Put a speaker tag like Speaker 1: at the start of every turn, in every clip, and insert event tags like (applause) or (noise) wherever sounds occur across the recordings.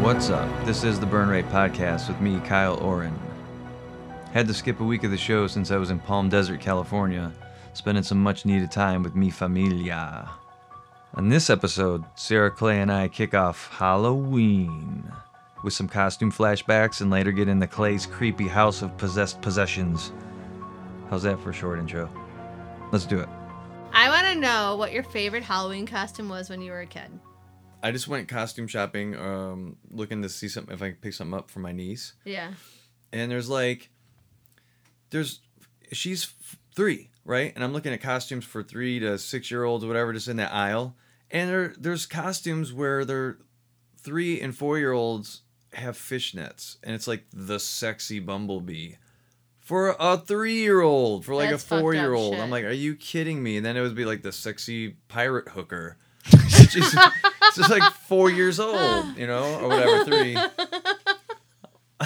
Speaker 1: What's up? This is the Burn Rate Podcast with me, Kyle Oren. Had to skip a week of the show since I was in Palm Desert, California, spending some much needed time with mi familia. On this episode, Sarah Clay and I kick off Halloween with some costume flashbacks and later get into Clay's creepy house of possessed possessions. How's that for a short intro? Let's do it.
Speaker 2: I want to know what your favorite Halloween costume was when you were a kid.
Speaker 1: I just went costume shopping, um, looking to see something if I could pick something up for my niece.
Speaker 2: Yeah.
Speaker 1: and there's like there's she's f- three right and i'm looking at costumes for three to six year olds whatever just in that aisle and there there's costumes where they're three and four year olds have fishnets and it's like the sexy bumblebee for a three year old for like
Speaker 2: That's
Speaker 1: a
Speaker 2: fucked up
Speaker 1: four year old
Speaker 2: shit.
Speaker 1: i'm like are you kidding me and then it would be like the sexy pirate
Speaker 2: (laughs)
Speaker 1: hooker It's just- it's just like four years old you know or whatever three (laughs)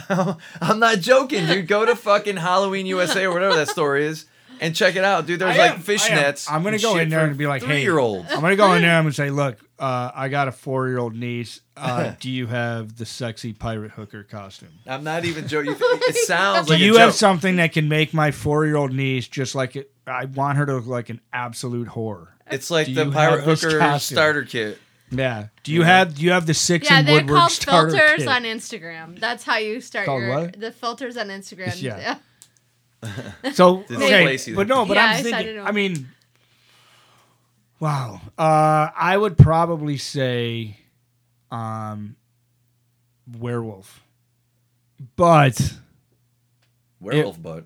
Speaker 1: I'm not joking, dude. Go to fucking Halloween USA or whatever that store is and check it out, dude. There's
Speaker 3: I
Speaker 1: like
Speaker 3: am-
Speaker 1: fishnets.
Speaker 3: I am. I'm gonna go in there and be like, hey.
Speaker 1: three year old.
Speaker 3: I'm gonna
Speaker 2: (laughs)
Speaker 3: go in there. I'm gonna say, look, uh, I got a four year old niece.
Speaker 1: (laughs)
Speaker 3: Uh, do you have the sexy pirate hooker costume?
Speaker 1: I'm not even joking. It sounds
Speaker 3: Do
Speaker 1: like
Speaker 3: you
Speaker 1: a
Speaker 3: have
Speaker 1: joke.
Speaker 3: something that can make my four year old niece just like it? I want her to look like an absolute whore.
Speaker 1: It's like
Speaker 3: Do
Speaker 1: the
Speaker 3: you
Speaker 1: pirate
Speaker 3: have this
Speaker 1: hooker
Speaker 3: costume?
Speaker 1: starter kit.
Speaker 3: Yeah. Do you
Speaker 1: Yeah.
Speaker 3: have do you have the six
Speaker 2: yeah,
Speaker 3: and
Speaker 2: they're
Speaker 3: Woodward (laughs)
Speaker 2: called
Speaker 3: starter
Speaker 2: filters
Speaker 3: kit?
Speaker 2: on Instagram. That's how you start
Speaker 3: Called
Speaker 2: your
Speaker 3: what?
Speaker 2: the filters on Instagram.
Speaker 3: Yeah. So
Speaker 1: Didn't
Speaker 3: okay,
Speaker 1: place you
Speaker 3: but
Speaker 1: there.
Speaker 3: no, but
Speaker 2: Yeah, I
Speaker 3: I'm
Speaker 2: decided
Speaker 3: thinking.
Speaker 2: to-
Speaker 3: I mean, wow. Uh, I would probably say, um, werewolf. But
Speaker 1: Werewolf butt.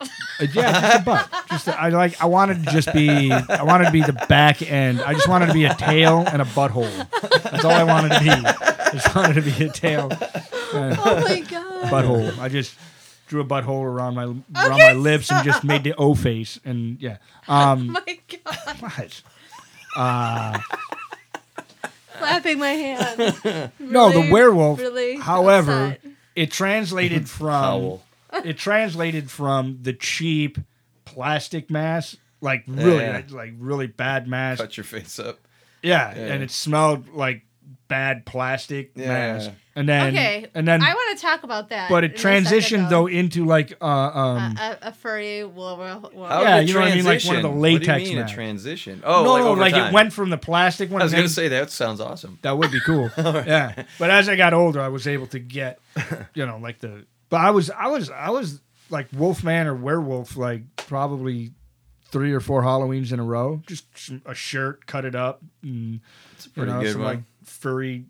Speaker 3: uh, yeah, just a butt.
Speaker 2: (laughs)
Speaker 3: Just a- I like. I wanted to just be. I wanted to be the back end. I just wanted to be a tail and a butthole. That's all I wanted to be. I just wanted to be a tail, and a
Speaker 2: (laughs) Oh my
Speaker 3: (laughs)
Speaker 2: god.
Speaker 3: butthole. I just drew a butthole around my around
Speaker 2: Okay,
Speaker 3: my lips and just made the O face and yeah. Um,
Speaker 2: Oh my god.
Speaker 3: What? Uh,
Speaker 2: Clapping my
Speaker 3: (laughs)
Speaker 2: hands.
Speaker 3: (laughs) no, the
Speaker 2: Really-
Speaker 3: werewolf.
Speaker 2: really
Speaker 3: however,
Speaker 2: upset.
Speaker 3: it
Speaker 1: (laughs)
Speaker 3: translated from
Speaker 1: Howl.
Speaker 3: it translated from the cheap plastic mask, like really,
Speaker 1: Yeah.
Speaker 3: like really bad mask.
Speaker 1: Cut your face up.
Speaker 3: Yeah,
Speaker 1: Yeah.
Speaker 3: and it smelled like bad plastic
Speaker 1: Yeah.
Speaker 3: mask. And then,
Speaker 2: okay.
Speaker 3: and then,
Speaker 2: I want to talk about that.
Speaker 3: but it
Speaker 2: in a second,
Speaker 3: transitioned though into like uh, um, Oh,
Speaker 2: A, a, a furry werewolf.
Speaker 1: How
Speaker 3: Yeah,
Speaker 1: did it
Speaker 3: you know what I mean? Like one of the
Speaker 1: transition? What
Speaker 3: latex
Speaker 1: do you mean a
Speaker 3: masks.
Speaker 1: transition? Oh,
Speaker 3: no,
Speaker 1: like,
Speaker 3: no,
Speaker 1: over
Speaker 3: like
Speaker 1: time.
Speaker 3: it went from the plastic one.
Speaker 1: I was
Speaker 3: and
Speaker 1: gonna
Speaker 3: then-
Speaker 1: say that sounds awesome.
Speaker 3: That would be
Speaker 1: (laughs)
Speaker 3: cool. Yeah. But as I got older, I was able to get, you know, like the. But I was, I was, I was like Wolfman or Werewolf, like probably three or four Halloweens in a row. Just some- a shirt, cut it up, and
Speaker 1: It's a
Speaker 3: you
Speaker 1: pretty
Speaker 3: know,
Speaker 1: good
Speaker 3: some
Speaker 1: one.
Speaker 3: like furry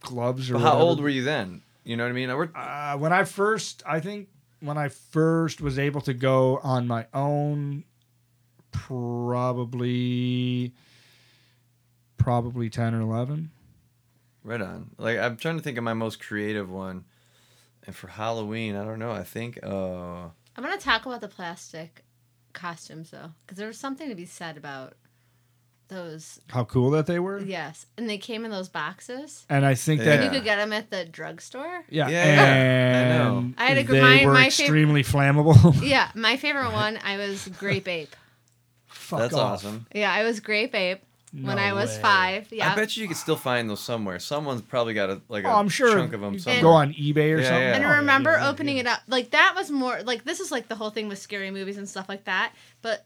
Speaker 3: gloves or.
Speaker 1: but how
Speaker 3: whatever.
Speaker 1: old were you then? You know what I mean? I were,
Speaker 3: Uh, when I first, I think when I first was able to go on my own, probably, probably ten or eleven.
Speaker 1: Right on. Like I'm trying to think of my most creative one, and for Halloween, I don't know. I think uh,
Speaker 2: I'm gonna talk about the plastic costumes though, because there was something to be said about those.
Speaker 3: How cool that they were.
Speaker 2: Yes, and they came in those boxes.
Speaker 3: And I think
Speaker 1: Yeah.
Speaker 3: that
Speaker 2: You could get them at the drugstore.
Speaker 3: yeah,
Speaker 1: Yeah, I know.
Speaker 3: and
Speaker 2: I had a gr-
Speaker 3: they
Speaker 2: my-
Speaker 3: were
Speaker 2: my favorite-
Speaker 3: extremely flammable. (laughs)
Speaker 2: Yeah, my favorite one. I was grape ape.
Speaker 3: Fuck
Speaker 1: that's
Speaker 3: off.
Speaker 1: awesome.
Speaker 2: Yeah, I was grape ape when
Speaker 3: No
Speaker 2: I was
Speaker 3: way.
Speaker 2: five. Yeah,
Speaker 1: I bet you you could still find those somewhere. Someone's probably got a like a
Speaker 3: Oh, I'm sure
Speaker 1: chunk of them
Speaker 3: you
Speaker 1: somewhere.
Speaker 3: can go on eBay or
Speaker 1: Yeah,
Speaker 3: something.
Speaker 1: yeah.
Speaker 2: and
Speaker 3: Oh,
Speaker 2: I remember
Speaker 3: yeah, yeah,
Speaker 2: opening
Speaker 3: yeah.
Speaker 2: it up like that was more like this is like the whole thing with scary movies and stuff like that, but.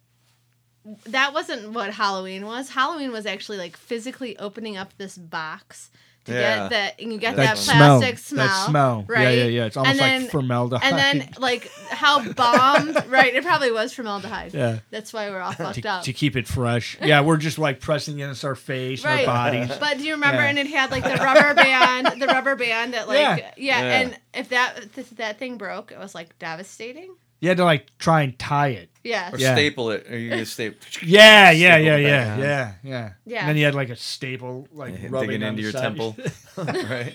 Speaker 2: That wasn't what Halloween was. Halloween was actually like physically opening up this box to
Speaker 1: Yeah.
Speaker 2: get that, and you get
Speaker 3: That,
Speaker 2: that,
Speaker 3: smell,
Speaker 2: plastic smell,
Speaker 3: that smell,
Speaker 2: right?
Speaker 3: Yeah, yeah, yeah. It's almost
Speaker 2: then-
Speaker 3: like formaldehyde.
Speaker 2: And then like how bombed, right? It probably was formaldehyde.
Speaker 3: (laughs) yeah,
Speaker 2: That's why
Speaker 3: (laughs)
Speaker 2: we're all fucked
Speaker 3: to,
Speaker 2: up.
Speaker 3: to keep it fresh. Yeah, we're just like pressing against our face, and
Speaker 2: Right.
Speaker 3: our (laughs)
Speaker 2: (laughs)
Speaker 3: bodies.
Speaker 2: But do you remember?
Speaker 3: Yeah.
Speaker 2: And it had like the rubber band, the rubber band that like yeah,
Speaker 3: Yeah.
Speaker 1: Yeah.
Speaker 2: and if that if that thing broke, it was like devastating.
Speaker 3: You had to like try and tie it.
Speaker 2: Yeah,
Speaker 1: or
Speaker 3: Yeah.
Speaker 1: staple it. Or you just
Speaker 3: (laughs)
Speaker 1: staple.
Speaker 3: Yeah, yeah,
Speaker 1: Staple
Speaker 3: yeah,
Speaker 1: it back
Speaker 3: yeah,
Speaker 1: on.
Speaker 3: yeah, yeah.
Speaker 2: Yeah.
Speaker 3: And then you had like a staple, like
Speaker 1: Dig
Speaker 3: rubbing
Speaker 1: it
Speaker 3: on
Speaker 1: into
Speaker 3: the
Speaker 1: your
Speaker 3: side. (laughs)
Speaker 1: temple, (laughs) right?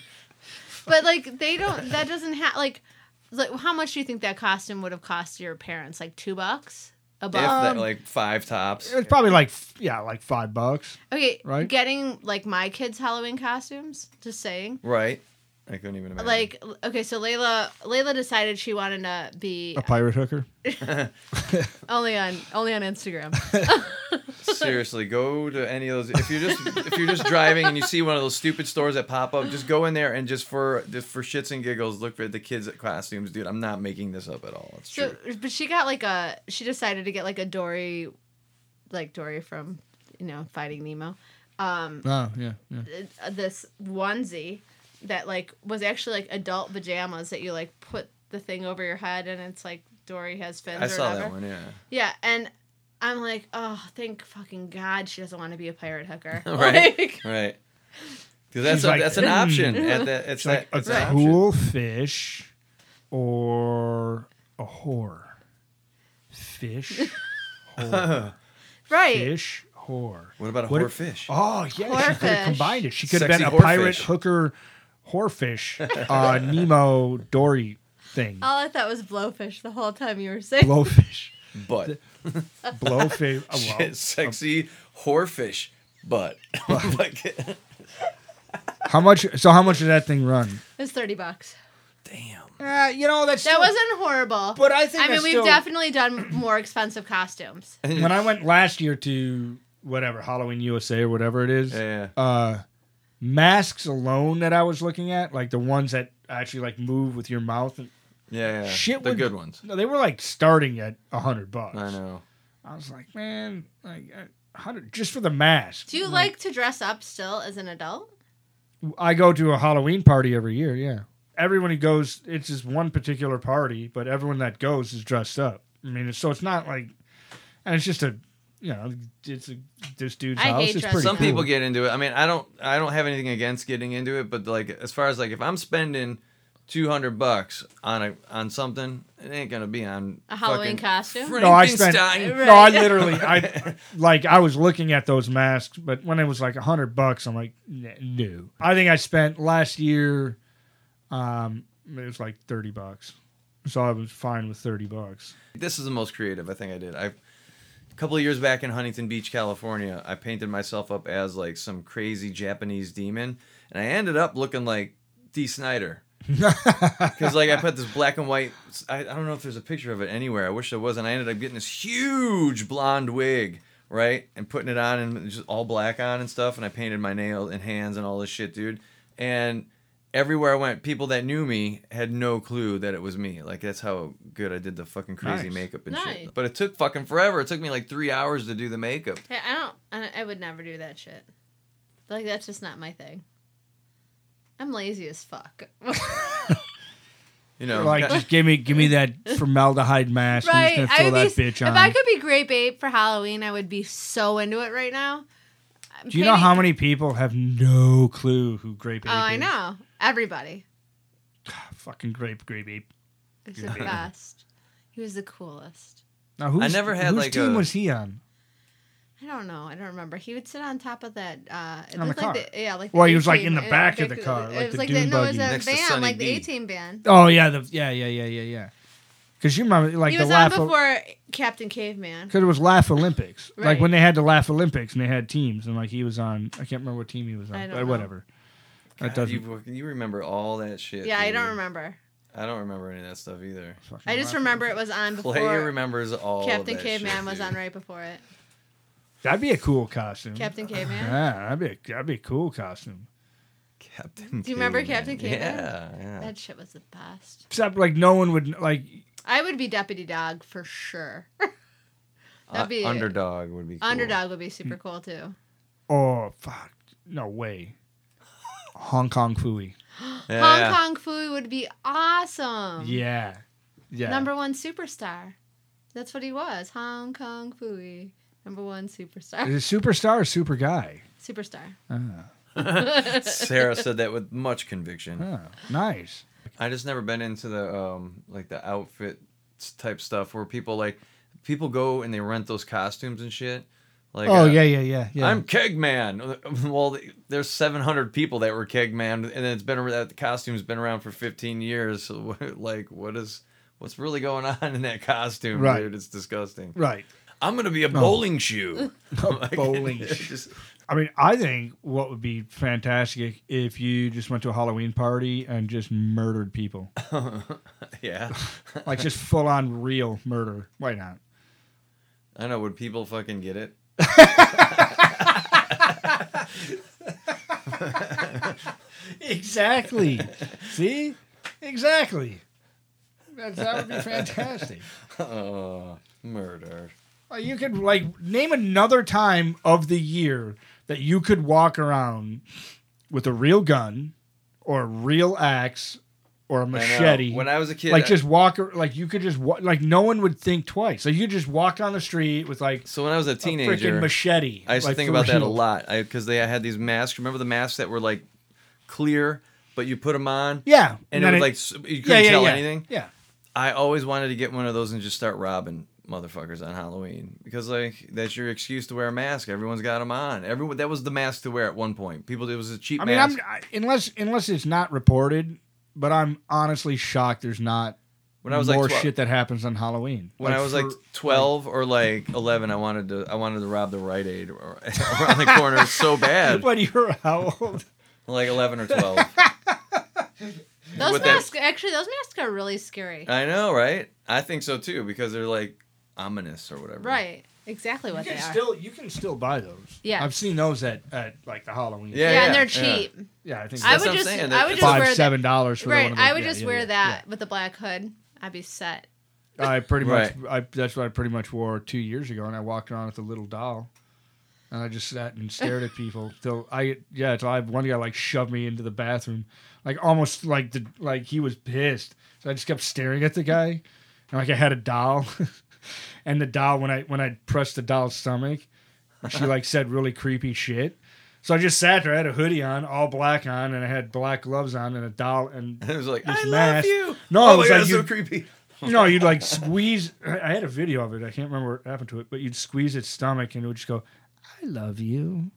Speaker 2: but like they don't. That doesn't have like, like how much do you think that costume would have cost your parents? Like two bucks.
Speaker 1: If
Speaker 2: Above.
Speaker 1: that, like five tops.
Speaker 3: It was Um, probably like f- yeah, like five bucks.
Speaker 2: Um, okay,
Speaker 3: right?
Speaker 2: getting like my kids' Halloween costumes. Just saying.
Speaker 1: Right. I couldn't even imagine.
Speaker 2: Like okay, so Layla Layla decided she wanted to be
Speaker 3: A pirate hooker.
Speaker 2: only on only on Instagram.
Speaker 1: Seriously, go to any of those. If you're just if you're just driving and you see one of those stupid stores that pop up, just go in there and just for just for shits and giggles, look for the kids' costumes, dude. I'm not making this up at all. It's
Speaker 2: So,
Speaker 1: true.
Speaker 2: but she got like a. She decided to get like a Dory, like Dory from, you know, Fighting Nemo. Um,
Speaker 3: Oh yeah, yeah.
Speaker 2: th- this onesie that like was actually like adult pajamas that you like put the thing over your head and it's like Dory has fins.
Speaker 1: I
Speaker 2: or
Speaker 1: saw
Speaker 2: whatever.
Speaker 1: that one.
Speaker 2: (laughs)
Speaker 1: Yeah.
Speaker 2: Yeah, and I'm like, oh, thank fucking God she doesn't want to be a pirate hooker.
Speaker 1: Right.
Speaker 2: (laughs) Like,
Speaker 1: Right. Because that's
Speaker 3: She's
Speaker 1: a,
Speaker 3: like,
Speaker 1: that's an
Speaker 3: "Hmm."
Speaker 1: option. At that, it's
Speaker 3: It's like
Speaker 1: that,
Speaker 3: a
Speaker 1: it's an option.
Speaker 3: cool fish or a whore. Fish, whore.
Speaker 2: right.
Speaker 3: fish, whore.
Speaker 1: What about a
Speaker 3: What
Speaker 1: whore
Speaker 3: if-
Speaker 1: fish?
Speaker 3: Oh yeah, she could
Speaker 2: Whorefish.
Speaker 3: have combined it. She could have
Speaker 1: Sexy
Speaker 3: been a
Speaker 1: whorefish.
Speaker 3: pirate hooker, whorefish, uh, (laughs) Nemo Dory thing,
Speaker 2: All I thought was blowfish the whole time you were saying. (laughs)
Speaker 3: blowfish,
Speaker 1: Butt.
Speaker 3: blowfish. Oh, well.
Speaker 1: (laughs) Shit, sexy whore fish. Butt. (laughs) Like,
Speaker 3: How much? So how much did that thing run?
Speaker 2: It's thirty bucks.
Speaker 1: (laughs) Damn.
Speaker 3: Uh, you know that's
Speaker 2: That wasn't horrible.
Speaker 3: But I think
Speaker 2: I mean,
Speaker 3: that's
Speaker 2: we've
Speaker 3: still-
Speaker 2: definitely done more expensive costumes.
Speaker 3: when I went last year to whatever Halloween USA or whatever it is.
Speaker 1: Yeah, yeah.
Speaker 3: uh masks alone that I was looking at, like the ones that actually like move with your mouth. And,
Speaker 1: yeah, yeah.
Speaker 3: shit
Speaker 1: They're
Speaker 3: would-
Speaker 1: good ones.
Speaker 3: no, they were like starting at a hundred bucks.
Speaker 1: I know.
Speaker 3: I was like, man, like a hundred just for the mask.
Speaker 2: Do you like to dress up still as an adult?
Speaker 3: I go to a Halloween party every year. Yeah, everyone who goes, it's just one particular party, but everyone that goes is dressed up. I mean, it's, so it's not like, and it's just a, you know, it's a, this dude's
Speaker 2: I
Speaker 3: house.
Speaker 2: hate
Speaker 3: it's
Speaker 2: dressing
Speaker 3: pretty
Speaker 1: Some
Speaker 2: up.
Speaker 3: cool.
Speaker 1: people get into it. I mean, I don't. I don't have anything against getting into it, but like, as far as like, if I'm spending two hundred bucks on a on something, it ain't gonna be on
Speaker 2: A
Speaker 1: fucking
Speaker 2: Halloween costume?
Speaker 3: No, I spent.
Speaker 1: Frankenstein.
Speaker 2: Right.
Speaker 3: No, I literally, I like, I was looking at those masks, but when it was like a hundred bucks, I'm like, "N- no. I think I spent last year, um, it was like thirty bucks, so I was fine with thirty bucks.
Speaker 1: This is the most creative I think I did. I a couple of years back in Huntington Beach, California, I painted myself up as like some crazy Japanese demon, and I ended up looking like D. Snyder. Because like I put this black and white, I, I don't know if there's a picture of it anywhere. I wish there was, and I ended up getting this huge blonde wig, right, and putting it on and just all black on and stuff. And I painted my nails and hands and all this shit, dude. And everywhere I went, people that knew me had no clue that it was me. Like that's how good I did the fucking crazy
Speaker 3: Nice.
Speaker 1: makeup and
Speaker 2: Nice.
Speaker 1: shit. But it took fucking forever. It took me like three hours to do the makeup.
Speaker 2: Hey, I don't. I, don't- I would never do that shit. Like that's just not my thing. I'm lazy as fuck. (laughs)
Speaker 1: You know, (laughs)
Speaker 3: like,
Speaker 1: got-
Speaker 3: just give me, give me that
Speaker 2: (laughs)
Speaker 3: formaldehyde mask.
Speaker 2: right?
Speaker 3: I'm just
Speaker 2: I
Speaker 3: gonna
Speaker 2: would
Speaker 3: throw
Speaker 2: be.
Speaker 3: that bitch on.
Speaker 2: If I could be Grape Ape for Halloween, I would be so into it right now. I'm
Speaker 3: Do you know
Speaker 2: painting-
Speaker 3: how many people have no clue who grape ape?
Speaker 2: Oh, I
Speaker 3: is?
Speaker 2: know everybody.
Speaker 3: Fucking grape, grape ape.
Speaker 2: He's the best. He was the coolest.
Speaker 3: Now, who's,
Speaker 1: never had,
Speaker 3: whose
Speaker 1: like,
Speaker 3: team
Speaker 1: a-
Speaker 3: was he on?
Speaker 2: I don't know. I don't remember. He would sit on top of that. Uh, it
Speaker 3: On the
Speaker 2: looked like
Speaker 3: car.
Speaker 2: the, yeah, like. the
Speaker 3: Well, he was, like,
Speaker 2: A-Team.
Speaker 3: in the
Speaker 2: It-
Speaker 3: back of the car,
Speaker 2: It
Speaker 3: like
Speaker 2: was
Speaker 3: the
Speaker 2: like
Speaker 3: dune
Speaker 2: no, it was
Speaker 3: buggy.
Speaker 2: a
Speaker 1: Next to
Speaker 2: van,
Speaker 1: Sunny
Speaker 2: like the
Speaker 1: D.
Speaker 2: A Team band.
Speaker 3: Oh yeah, the yeah, yeah, yeah, yeah, yeah. Because you remember, like
Speaker 2: he
Speaker 3: the
Speaker 2: was on
Speaker 3: laugh.
Speaker 2: before Captain Caveman.
Speaker 3: Because it was Laugh Olympics.
Speaker 2: Right.
Speaker 3: Like when they had the Laugh Olympics and they had teams and like he was on I can't remember what team he was on.
Speaker 2: I don't
Speaker 3: but
Speaker 2: know.
Speaker 3: whatever. That
Speaker 1: God,
Speaker 3: doesn't
Speaker 1: you, fucking- you remember all that shit.
Speaker 2: Yeah, I don't
Speaker 1: dude.
Speaker 2: remember.
Speaker 1: I don't remember any of that stuff either.
Speaker 3: fucking
Speaker 2: I just
Speaker 3: Laugh
Speaker 2: remember it was on before
Speaker 1: Clay remembers all. of
Speaker 2: Captain
Speaker 1: that
Speaker 2: Caveman
Speaker 1: shit,
Speaker 2: was
Speaker 1: dude.
Speaker 2: on right before it.
Speaker 3: Olympics. That'd be a cool costume.
Speaker 2: Captain Caveman.
Speaker 3: Yeah, that'd be a, that'd be a cool costume.
Speaker 1: (laughs) Captain.
Speaker 2: Do you remember Captain Caveman?
Speaker 1: Yeah, yeah.
Speaker 2: That shit was the best.
Speaker 3: Except like no one would like
Speaker 2: I would be Deputy Dog for sure.
Speaker 1: Uh,
Speaker 2: That'd be
Speaker 1: underdog would be cool.
Speaker 2: Underdog would be super cool too.
Speaker 3: oh fuck no way. Hong Kong Fooey.
Speaker 1: Yeah.
Speaker 2: Hong Kong Fui would be
Speaker 3: Um,
Speaker 2: awesome.
Speaker 3: Yeah. Yeah.
Speaker 2: Number one superstar. That's what he was. Hong Kong Fui. Number one superstar.
Speaker 3: Is it superstar or super guy?
Speaker 2: superstar.
Speaker 3: Ah,
Speaker 1: (laughs) Sarah said that with much conviction.
Speaker 3: ah, nice.
Speaker 1: I just never been into the um like the outfit type stuff where people like people go and they rent those costumes and shit. Like
Speaker 3: oh
Speaker 1: uh,
Speaker 3: yeah, yeah, yeah, yeah.
Speaker 1: I'm Kegman. (laughs) Well, there's 700 people that were Kegman, and it's been that costume's been around for 15 years. So, (laughs) what- like, what is what's really going (laughs) on in that costume,
Speaker 3: Right.
Speaker 1: dude? It's disgusting.
Speaker 3: right.
Speaker 1: I'm gonna be a bowling
Speaker 3: (laughs)
Speaker 1: shoe. (laughs) Like, (laughs)
Speaker 3: bowling
Speaker 1: it's
Speaker 3: shoe.
Speaker 1: just-
Speaker 3: I mean, I think what would be fantastic if you just went to a Halloween party and just murdered people,
Speaker 1: yeah,
Speaker 3: like just full on real murder. Why not?
Speaker 1: I know. Would people fucking get it? (laughs)
Speaker 3: Exactly. (laughs) See? Exactly. That, that would be fantastic.
Speaker 1: Oh, murder.
Speaker 3: Well, you could like name another time of the year that you could walk around with a real gun or a real axe or
Speaker 1: I
Speaker 3: a
Speaker 1: know.
Speaker 3: machete.
Speaker 1: When I was a kid,
Speaker 3: like
Speaker 1: I-
Speaker 3: just walk ar- like you could just wa- like no one would think twice. Like you just walk on the street with like
Speaker 1: so when I was a
Speaker 3: a freaking
Speaker 1: teenager,
Speaker 3: machete.
Speaker 1: I used
Speaker 3: like,
Speaker 1: to think
Speaker 3: for
Speaker 1: about that a
Speaker 3: real.
Speaker 1: lot because they had these masks. Remember the masks that were like clear, but you put them on
Speaker 3: Yeah.
Speaker 1: and, it
Speaker 3: then
Speaker 1: was like s- you couldn't tell anything.
Speaker 3: Yeah.
Speaker 1: I always wanted to get one of those and just start robbing motherfuckers on Halloween because like that's your excuse to wear a mask. Everyone's got them on. Everyone that was the mask to wear at one point. People, it was a cheap
Speaker 3: I mean,
Speaker 1: mask.
Speaker 3: I'm I, unless unless it's not reported, but I'm honestly shocked there's not
Speaker 1: when I was
Speaker 3: more
Speaker 1: like 12,
Speaker 3: shit that happens on Halloween.
Speaker 1: when I was like
Speaker 3: for-
Speaker 1: twelve or like eleven, I wanted to I wanted to rob the Rite Aid or, (laughs) around the corner so
Speaker 3: (laughs)
Speaker 1: bad.
Speaker 3: When you were how
Speaker 2: (laughs)
Speaker 3: old?
Speaker 1: Like eleven or
Speaker 3: (laughs)
Speaker 1: twelve.
Speaker 2: Those
Speaker 1: With that-
Speaker 2: masks, actually, those masks are really scary.
Speaker 1: I know, right? I think so too because they're like ominous or whatever.
Speaker 2: right. Exactly what
Speaker 3: you
Speaker 2: they
Speaker 3: can
Speaker 2: are.
Speaker 3: still you can still buy those.
Speaker 2: Yeah.
Speaker 3: I've seen those at, at like the Halloween.
Speaker 1: Yeah,
Speaker 2: yeah,
Speaker 1: yeah,
Speaker 2: and they're
Speaker 1: yeah.
Speaker 2: cheap.
Speaker 3: yeah. I think
Speaker 2: I
Speaker 1: That's
Speaker 2: would
Speaker 1: what I'm
Speaker 2: just,
Speaker 1: saying.
Speaker 2: I would just
Speaker 1: Five,
Speaker 2: wear
Speaker 3: five seven dollars
Speaker 2: that.
Speaker 3: for
Speaker 2: Right.
Speaker 3: One of those.
Speaker 2: I would
Speaker 3: Yeah,
Speaker 2: just
Speaker 3: yeah,
Speaker 2: wear
Speaker 3: yeah,
Speaker 2: that with the black hood. I'd be set.
Speaker 3: yeah. I pretty much I that's what I pretty much wore two years ago, and I walked around with a little doll. And I just sat and stared
Speaker 1: (laughs)
Speaker 3: at people till I yeah till I one guy like shoved me into the bathroom, like almost like the like he was pissed. So I just kept staring at the guy, and like I had a doll, (laughs) and the doll when I when I pressed the doll's stomach,
Speaker 1: (laughs)
Speaker 3: she like said really creepy shit. So I just sat there. I had a hoodie on, all black on, and I had black gloves on, and a doll. And
Speaker 1: (laughs) It was like
Speaker 3: This
Speaker 1: (laughs) I love
Speaker 3: mask-
Speaker 1: you.
Speaker 3: No,
Speaker 1: oh
Speaker 3: it
Speaker 1: my
Speaker 3: was
Speaker 1: God,
Speaker 3: like
Speaker 1: it's
Speaker 3: you-
Speaker 1: so creepy.
Speaker 3: you know, you'd like squeeze. (laughs) I I had a video of it. I can't remember what happened to it, but you'd squeeze its stomach, and it would just go, "I love you,"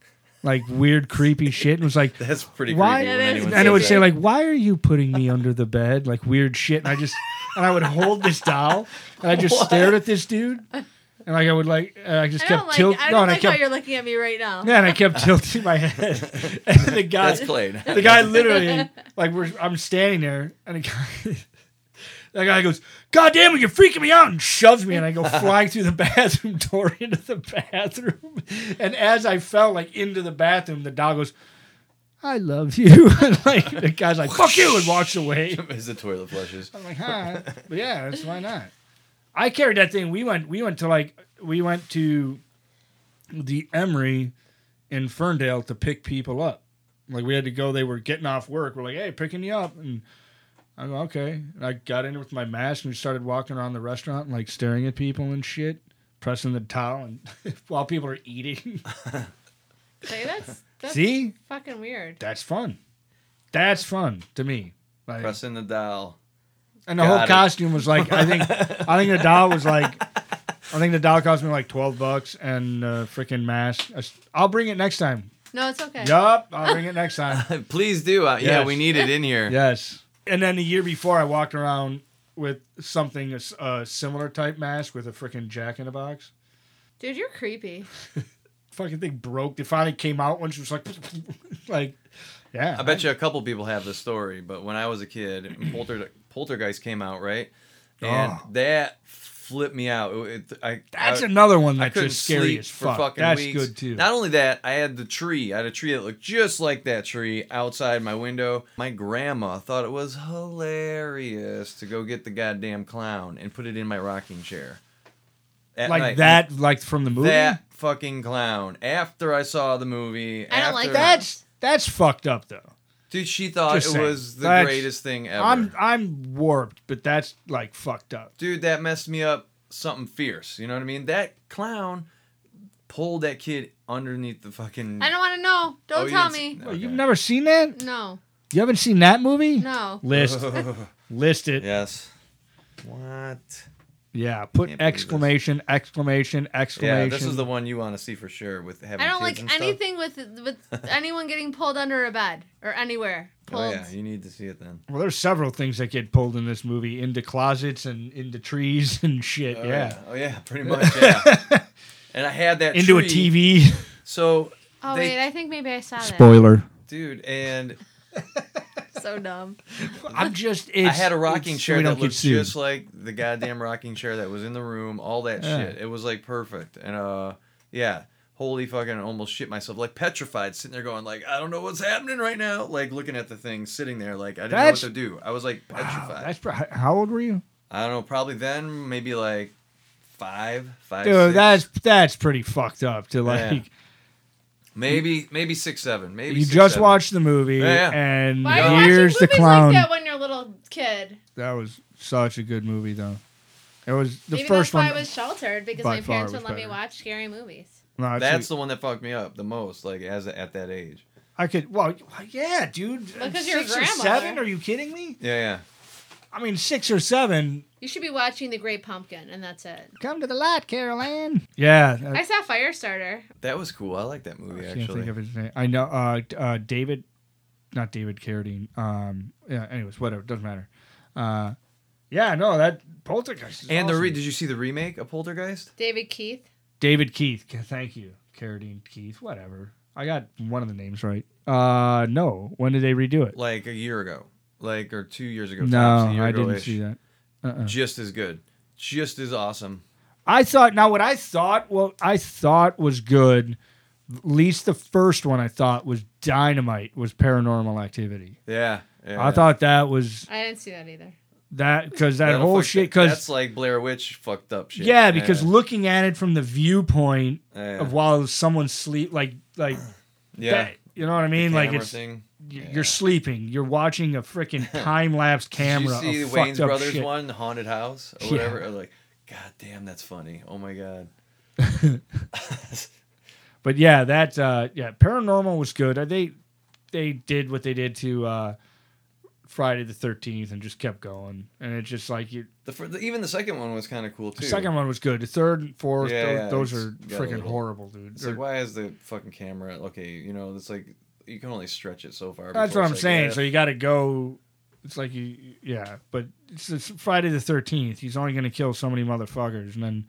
Speaker 3: like weird, creepy shit. And it was like,
Speaker 1: That's pretty
Speaker 3: Why-
Speaker 1: creepy.
Speaker 2: That
Speaker 1: when
Speaker 2: is
Speaker 1: anyone
Speaker 2: creepy.
Speaker 3: and it would
Speaker 1: says
Speaker 3: say
Speaker 1: that.
Speaker 3: like, "Why are you putting me under the bed?" Like weird shit. And I just, and I would hold this doll, and
Speaker 2: (laughs)
Speaker 3: I just stared at this dude, and like I would like, and I just
Speaker 2: I
Speaker 3: kept
Speaker 2: don't like.
Speaker 3: tilting.
Speaker 2: I
Speaker 3: No,
Speaker 2: don't
Speaker 3: and I
Speaker 2: like how
Speaker 3: kept.
Speaker 2: you're looking at me right now.
Speaker 3: Yeah, and I kept (laughs) tilting my head, and the guy,
Speaker 1: that's (laughs) played.
Speaker 3: (laughs) the guy literally, like, we're, I'm standing there, and the guy, (laughs) the guy goes, "God damn it, you're freaking me out!" and shoves me, and I go flying through the bathroom (laughs) door into the bathroom, and as I fell like into the bathroom, the dog goes, "I love you," (laughs) and like the guy's like, "Fuck you," and walks away.
Speaker 1: Is the toilet flushes?
Speaker 3: I'm like, huh? but yeah, that's why not. (laughs) I carried that thing. We went. We went to like. We went to the Emory in Ferndale to pick people up. Like we had to go. They were getting off work. We're like, hey, picking you up, and I go, okay. And I got in with my mask and started walking around the restaurant, and, like staring at people and shit, pressing the towel, and (laughs) while people are eating.
Speaker 2: Like, that's, that's
Speaker 3: See,
Speaker 2: fucking weird.
Speaker 3: that's fun. That's fun to me. Like,
Speaker 1: Pressing the dial.
Speaker 3: And the
Speaker 1: Got
Speaker 3: whole
Speaker 1: it.
Speaker 3: costume was like I think I think the doll was like I think the doll cost me like twelve bucks and uh, freaking mask. I s- I'll bring it next time.
Speaker 2: No, it's okay.
Speaker 3: Yup, I'll bring it
Speaker 1: (laughs)
Speaker 3: next time.
Speaker 1: (laughs) Please do. Uh, Yeah,
Speaker 3: Yes.
Speaker 1: we need it in here.
Speaker 3: Yes. And then the year before, I walked around with something a s- a similar type mask with a freaking jack in a box.
Speaker 2: Dude, you're creepy.
Speaker 3: Fucking thing broke. It finally came out once. It was like, (laughs) like, yeah.
Speaker 1: I bet you a couple people have this story, but when I was a kid, (clears throat) Polter, Poltergeist came out, right? And
Speaker 3: Oh.
Speaker 1: that flipped me out. It- it- I,
Speaker 3: That's
Speaker 1: I,
Speaker 3: another one
Speaker 1: I
Speaker 3: that's
Speaker 1: couldn't
Speaker 3: just scary
Speaker 1: sleep
Speaker 3: as
Speaker 1: for
Speaker 3: fuck.
Speaker 1: fucking
Speaker 3: that's
Speaker 1: weeks.
Speaker 3: good too.
Speaker 1: Not only that, I had the tree. I had a tree that looked just like that tree outside my window. My grandma thought it was hilarious to go get the goddamn clown and put it in my rocking chair. At
Speaker 3: like
Speaker 1: night.
Speaker 3: that, like from the movie.
Speaker 1: That fucking clown. After I saw the movie,
Speaker 2: I don't like
Speaker 1: after-
Speaker 2: that.
Speaker 3: that's that's fucked up though.
Speaker 1: Dude, she thought
Speaker 3: Just
Speaker 1: it
Speaker 3: saying.
Speaker 1: was the
Speaker 3: That's-
Speaker 1: greatest thing ever.
Speaker 3: I'm I'm warped, but that's like fucked up.
Speaker 1: Dude, that messed me up something fierce. You know what I mean? That clown pulled that kid underneath the
Speaker 3: Mm.
Speaker 1: fucking.
Speaker 2: I don't want to know.
Speaker 1: Oh,
Speaker 2: Don't
Speaker 1: you
Speaker 2: tell
Speaker 1: didn't
Speaker 2: me.
Speaker 1: see-
Speaker 3: Well,
Speaker 1: Okay.
Speaker 3: You've never seen that?
Speaker 2: No,
Speaker 3: You haven't seen that movie?
Speaker 2: no.
Speaker 3: (laughs)
Speaker 1: (laughs)
Speaker 3: List list it. Yeah,
Speaker 1: Yes. What?
Speaker 3: put
Speaker 1: Can't believe this.
Speaker 3: exclamation, exclamation, exclamation.
Speaker 1: Yeah, this is the one you want to see for sure. With having
Speaker 2: I don't
Speaker 1: kids
Speaker 2: like
Speaker 1: and stuff.
Speaker 2: anything with with
Speaker 3: (laughs)
Speaker 2: anyone getting pulled under a bed or anywhere.
Speaker 1: Oh
Speaker 2: Pulled.
Speaker 1: yeah, you need to see it then.
Speaker 3: Well, there's several things that get pulled in this movie into closets and into trees and shit.
Speaker 1: Oh,
Speaker 3: yeah.
Speaker 1: Oh yeah,
Speaker 3: (laughs)
Speaker 1: pretty much. Yeah. and I had that
Speaker 3: Into
Speaker 1: tree,
Speaker 3: a TV.
Speaker 1: So,
Speaker 2: Oh
Speaker 1: They-
Speaker 2: wait, I think maybe I saw that.
Speaker 3: Spoiler.
Speaker 1: dude, and
Speaker 2: So dumb.
Speaker 3: I'm just. It's,
Speaker 1: I had a rocking
Speaker 3: it's-
Speaker 1: chair
Speaker 3: we don't
Speaker 1: that
Speaker 3: get
Speaker 1: looked
Speaker 3: sued.
Speaker 1: just like the goddamn rocking chair that was in the room. All that
Speaker 3: Yeah.
Speaker 1: shit. It was like perfect. And uh, yeah, holy fucking almost shit myself like petrified sitting there going like i don't know what's happening right now like looking at the thing sitting there like i didn't
Speaker 3: That's-
Speaker 1: know what to do i was like petrified
Speaker 3: Wow, that's pr- how old were you,
Speaker 1: i don't know probably then maybe like five five
Speaker 3: dude?
Speaker 1: six,
Speaker 3: That's that's pretty fucked up. To
Speaker 1: Yeah.
Speaker 3: like,
Speaker 1: maybe maybe six seven maybe
Speaker 3: you
Speaker 1: six,
Speaker 3: just
Speaker 1: seven.
Speaker 3: watched the movie,
Speaker 1: Yeah, yeah.
Speaker 3: and
Speaker 2: Why are you watching
Speaker 3: here's
Speaker 2: movies
Speaker 3: the clown.
Speaker 2: like that when you're a little kid?
Speaker 3: That was such a good movie, though. It was the
Speaker 2: Maybe
Speaker 3: first
Speaker 2: that's why
Speaker 3: one.
Speaker 2: I was sheltered because
Speaker 3: by
Speaker 2: my
Speaker 3: far
Speaker 2: parents
Speaker 3: was
Speaker 2: wouldn't let me
Speaker 3: better.
Speaker 2: watch scary movies.
Speaker 3: no, it's
Speaker 1: that's
Speaker 3: like-
Speaker 1: the one that fucked me up the most like as at that age
Speaker 3: I could. Well, y- yeah, dude.
Speaker 2: Look
Speaker 3: uh,
Speaker 2: at your
Speaker 3: six or
Speaker 2: grandmother.
Speaker 3: seven? Are you kidding me?
Speaker 1: yeah yeah
Speaker 3: I mean, six or seven.
Speaker 2: You should be watching The Great Pumpkin, and that's it.
Speaker 3: Come to the light, Carol Ann. Yeah, I,
Speaker 2: I saw Firestarter.
Speaker 1: that was cool i like that movie
Speaker 3: I can't
Speaker 1: actually
Speaker 3: think of his name. I know uh, d- uh, David, not David Carradine. Um, yeah. Anyways, whatever. Doesn't matter. Uh, yeah, no, that Poltergeist. Is
Speaker 1: and the
Speaker 3: awesome.
Speaker 1: re- did you see the remake of poltergeist
Speaker 2: David Keith.
Speaker 3: David Keith. K- Thank you, Carradine Keith. Whatever. I got one of the names right. Uh, no. When did they redo it?
Speaker 1: like a year ago like or two years ago tops, a
Speaker 3: No,
Speaker 1: year
Speaker 3: I
Speaker 1: ago-ish.
Speaker 3: didn't see that. Uh-uh.
Speaker 1: just as good just as awesome
Speaker 3: I thought now what I thought well I thought was good. At least the first one I thought was dynamite was paranormal activity.
Speaker 1: yeah, yeah
Speaker 3: I thought that was
Speaker 2: I didn't see that either.
Speaker 3: that because that
Speaker 1: That'll
Speaker 3: whole
Speaker 1: fuck
Speaker 3: shit
Speaker 1: that- that's
Speaker 3: because
Speaker 1: like Blair Witch fucked up shit.
Speaker 3: yeah because looking at it from the viewpoint
Speaker 1: yeah,
Speaker 3: of while someone's sleep like like
Speaker 1: yeah.
Speaker 3: that, you know what I mean like
Speaker 1: Camera
Speaker 3: it's
Speaker 1: thing.
Speaker 3: y- you're sleeping you're watching
Speaker 1: (laughs)
Speaker 3: a freaking time lapse camera
Speaker 1: Did you see
Speaker 3: of
Speaker 1: Wayne's
Speaker 3: fucked up
Speaker 1: Brothers
Speaker 3: shit.
Speaker 1: one, Haunted House or
Speaker 3: Yeah.
Speaker 1: whatever? Or like, God damn, that's funny. Oh my god. (laughs)
Speaker 3: (laughs) But yeah, that uh, yeah, Paranormal was good. Uh, They they did what they did to uh, Friday the Thirteenth and just kept going. And it's just like you,
Speaker 1: The, fir- the even the second one was kind of cool
Speaker 3: the
Speaker 1: too.
Speaker 3: second one was good. The third and fourth,
Speaker 1: Yeah,
Speaker 3: tho-
Speaker 1: yeah,
Speaker 3: those,
Speaker 1: it's
Speaker 3: are
Speaker 1: got a
Speaker 3: freaking
Speaker 1: little-
Speaker 3: horrible, dude.
Speaker 1: It's
Speaker 3: They're-
Speaker 1: like, why is the fucking camera okay? You know, it's like you can only stretch it so far.
Speaker 3: that's
Speaker 1: before it's
Speaker 3: what I'm
Speaker 1: like,
Speaker 3: saying.
Speaker 1: yeah.
Speaker 3: So you got to go. It's like you, yeah. But it's, it's Friday the Thirteenth. He's only going to kill so many motherfuckers, and then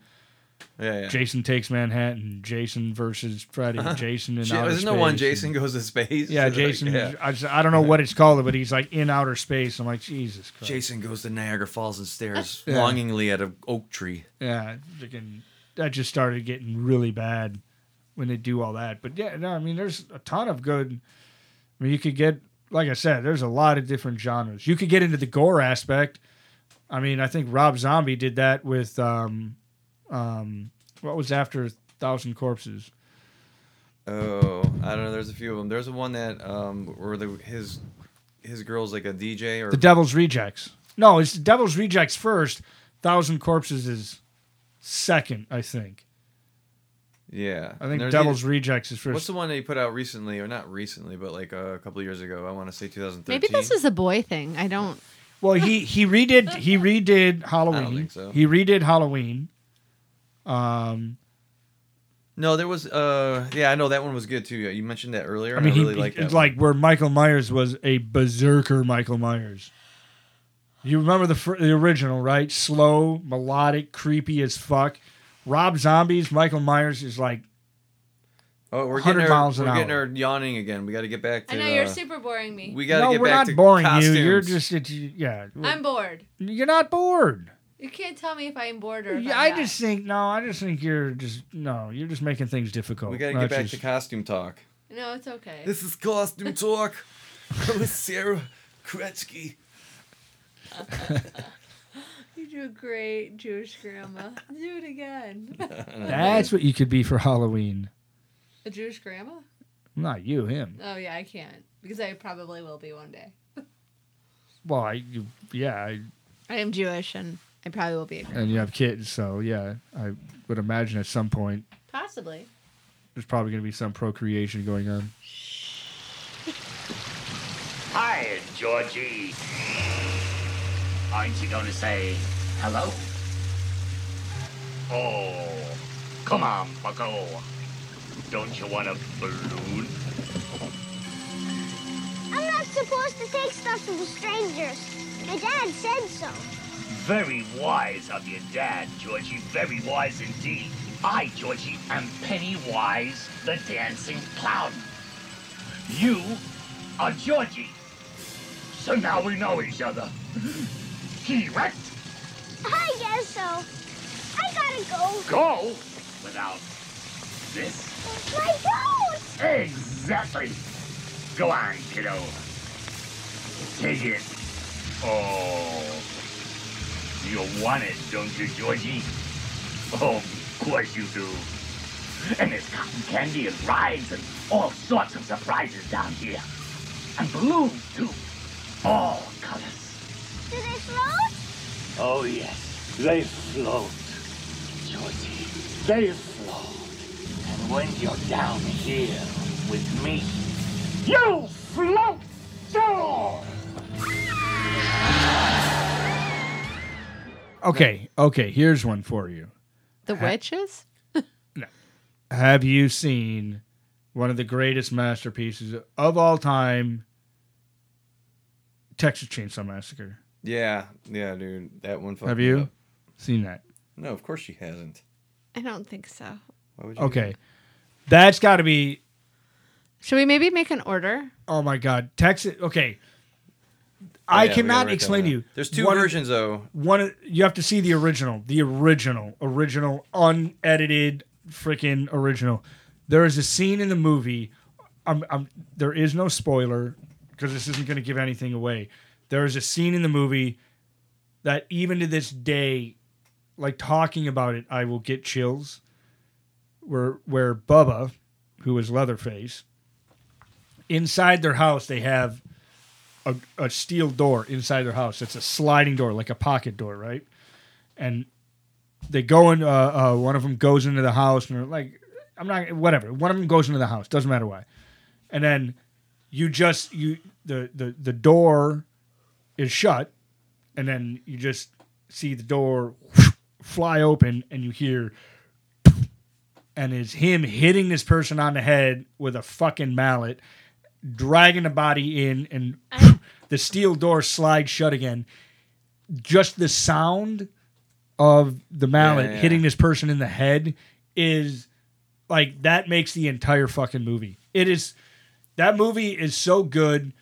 Speaker 1: yeah, yeah. Uh-huh.
Speaker 3: Jason takes Manhattan. Jason versus Freddy. Jason in
Speaker 1: Shit,
Speaker 3: outer
Speaker 1: Isn't
Speaker 3: space.
Speaker 1: the one
Speaker 3: and-
Speaker 1: Jason goes to space?
Speaker 3: Yeah,
Speaker 1: Like,
Speaker 3: Jason.
Speaker 1: yeah.
Speaker 3: I, just, I don't know what it's called, but he's like in outer space. I'm like, Jesus Christ.
Speaker 1: Jason goes to Niagara Falls and stares
Speaker 3: (laughs) Yeah.
Speaker 1: longingly at an oak tree.
Speaker 3: Yeah, freaking, that just started getting really bad when they do all that. But yeah, no, I mean, there's a ton of good. I mean, you could get, like I said, there's a lot of different genres. You could get into the gore aspect. I mean, I think Rob Zombie did that with, um, um, what was after Thousand Corpses?
Speaker 1: Oh, I don't know. There's a few of them. There's one that um, where the his his girl's like a DJ or
Speaker 3: The Devil's Rejects. No, it's the Devil's Rejects first. Thousand Corpses is second, I think.
Speaker 1: yeah.
Speaker 3: I
Speaker 1: And
Speaker 3: think
Speaker 1: there's
Speaker 3: Devil's
Speaker 1: the-
Speaker 3: Rejects is first.
Speaker 1: What's the one they put out recently, or not recently, but like uh, a couple of years ago? I want to say 2013.
Speaker 2: Maybe this is a boy thing. I don't.
Speaker 3: Well, he he redid
Speaker 1: (laughs)
Speaker 3: he redid Halloween.
Speaker 1: think so.
Speaker 3: He redid Halloween. Um,
Speaker 1: no. There was uh yeah I know that one was good too. Yeah, You mentioned that earlier.
Speaker 3: I mean,
Speaker 1: I really
Speaker 3: he,
Speaker 1: like
Speaker 3: he-
Speaker 1: that.
Speaker 3: like where Michael Myers was a berserker. Michael Myers. You remember the fir- the original, right? Slow, melodic, creepy as fuck. Rob Zombie's Michael Myers is like
Speaker 1: one. oh we're getting
Speaker 3: 100
Speaker 1: her,
Speaker 3: miles an
Speaker 1: we're getting
Speaker 3: hour.
Speaker 1: her yawning again. We got to get back to.
Speaker 2: I know you're
Speaker 1: uh,
Speaker 2: super boring me.
Speaker 1: we got to
Speaker 3: no,
Speaker 1: get
Speaker 3: we're
Speaker 1: back
Speaker 3: not
Speaker 1: to
Speaker 3: boring
Speaker 1: costumes.
Speaker 3: you. You're just it, you- yeah.
Speaker 2: I'm bored.
Speaker 3: you're not bored.
Speaker 2: You can't tell me if I'm bored or. If
Speaker 3: Yeah,
Speaker 2: I'm
Speaker 3: I
Speaker 2: not.
Speaker 3: just think no. I just think you're just no. You're just making things difficult.
Speaker 1: We got to
Speaker 3: That's
Speaker 1: get back
Speaker 3: just-
Speaker 1: to costume talk.
Speaker 2: No, it's okay.
Speaker 1: This is costume talk (laughs) with Sarah Kretzky.
Speaker 2: You do a great Jewish grandma. do it again. (laughs)
Speaker 3: That's what you could be for Halloween.
Speaker 2: a Jewish grandma?
Speaker 3: Not you, him.
Speaker 2: Oh yeah, I can't because I probably will be one day.
Speaker 3: Well, I, you, yeah, I,
Speaker 2: I am Jewish and I probably will be a grandma.
Speaker 3: and you have kids, so yeah, I would imagine at some point
Speaker 2: Possibly.
Speaker 3: there's probably going to be some procreation going on.
Speaker 4: Hi, Georgie. Aren't you going to say hello? Oh, come on, Bucko. Don't you want a balloon?
Speaker 5: I'm not supposed to take stuff from strangers. My dad said so.
Speaker 4: Very wise of your dad, Georgie. Very wise indeed. I, Georgie, am Pennywise, the dancing clown. You are Georgie. So now we know each other. Correct?
Speaker 5: I guess so. I gotta go.
Speaker 4: Go without this.
Speaker 5: My goat!
Speaker 4: Exactly. Go on, kiddo. Take it. Oh. You want it, don't you, Georgie? Oh, of course you do. And there's cotton candy and rides and all sorts of surprises down here. And balloons, too. All colors.
Speaker 5: Do they float?
Speaker 4: Oh, yes. They float. Georgie, they float. And when you're down here with me, you float too!
Speaker 3: Okay, okay. Here's one for you.
Speaker 2: The witches?
Speaker 3: Have you seen one of the greatest masterpieces of all time? Texas Chainsaw Massacre.
Speaker 1: Yeah, yeah, dude. That one. fucked
Speaker 3: Have
Speaker 1: me
Speaker 3: you
Speaker 1: up.
Speaker 3: seen that?
Speaker 1: No, of course she hasn't.
Speaker 2: I don't think so.
Speaker 1: Why would you?
Speaker 3: Okay, that's got to be
Speaker 2: Should we maybe make an order?
Speaker 3: Oh my God, Texas. Okay,
Speaker 1: Oh, Yeah,
Speaker 3: I
Speaker 1: we gotta write
Speaker 3: cannot
Speaker 1: that
Speaker 3: explain
Speaker 1: one
Speaker 3: to
Speaker 1: down.
Speaker 3: you.
Speaker 1: There's two
Speaker 3: One-
Speaker 1: versions though.
Speaker 3: One, of- you have to see the original, the original, original, unedited, freaking original. There is a scene in the movie. I'm, I'm, there is no spoiler because this isn't going to give anything away. There is a scene in the movie that even to this day, like talking about it, I will get chills. Where where Bubba, who is Leatherface, inside their house they have a, a steel door inside their house. It's a sliding door, like a pocket door, right? And they go in. Uh, uh, one of them goes into the house, and they're like, "I'm not whatever." One of them goes into the house. Doesn't matter why. And then you just you the the the door is shut, and then you just see the door fly open, and you hear. And it's him hitting this person on the head with a fucking mallet, dragging the body in, and the steel door slides shut again. Just the sound of the mallet
Speaker 1: Yeah, yeah.
Speaker 3: hitting this person in the head is like that makes the entire fucking movie. It is that movie is so good.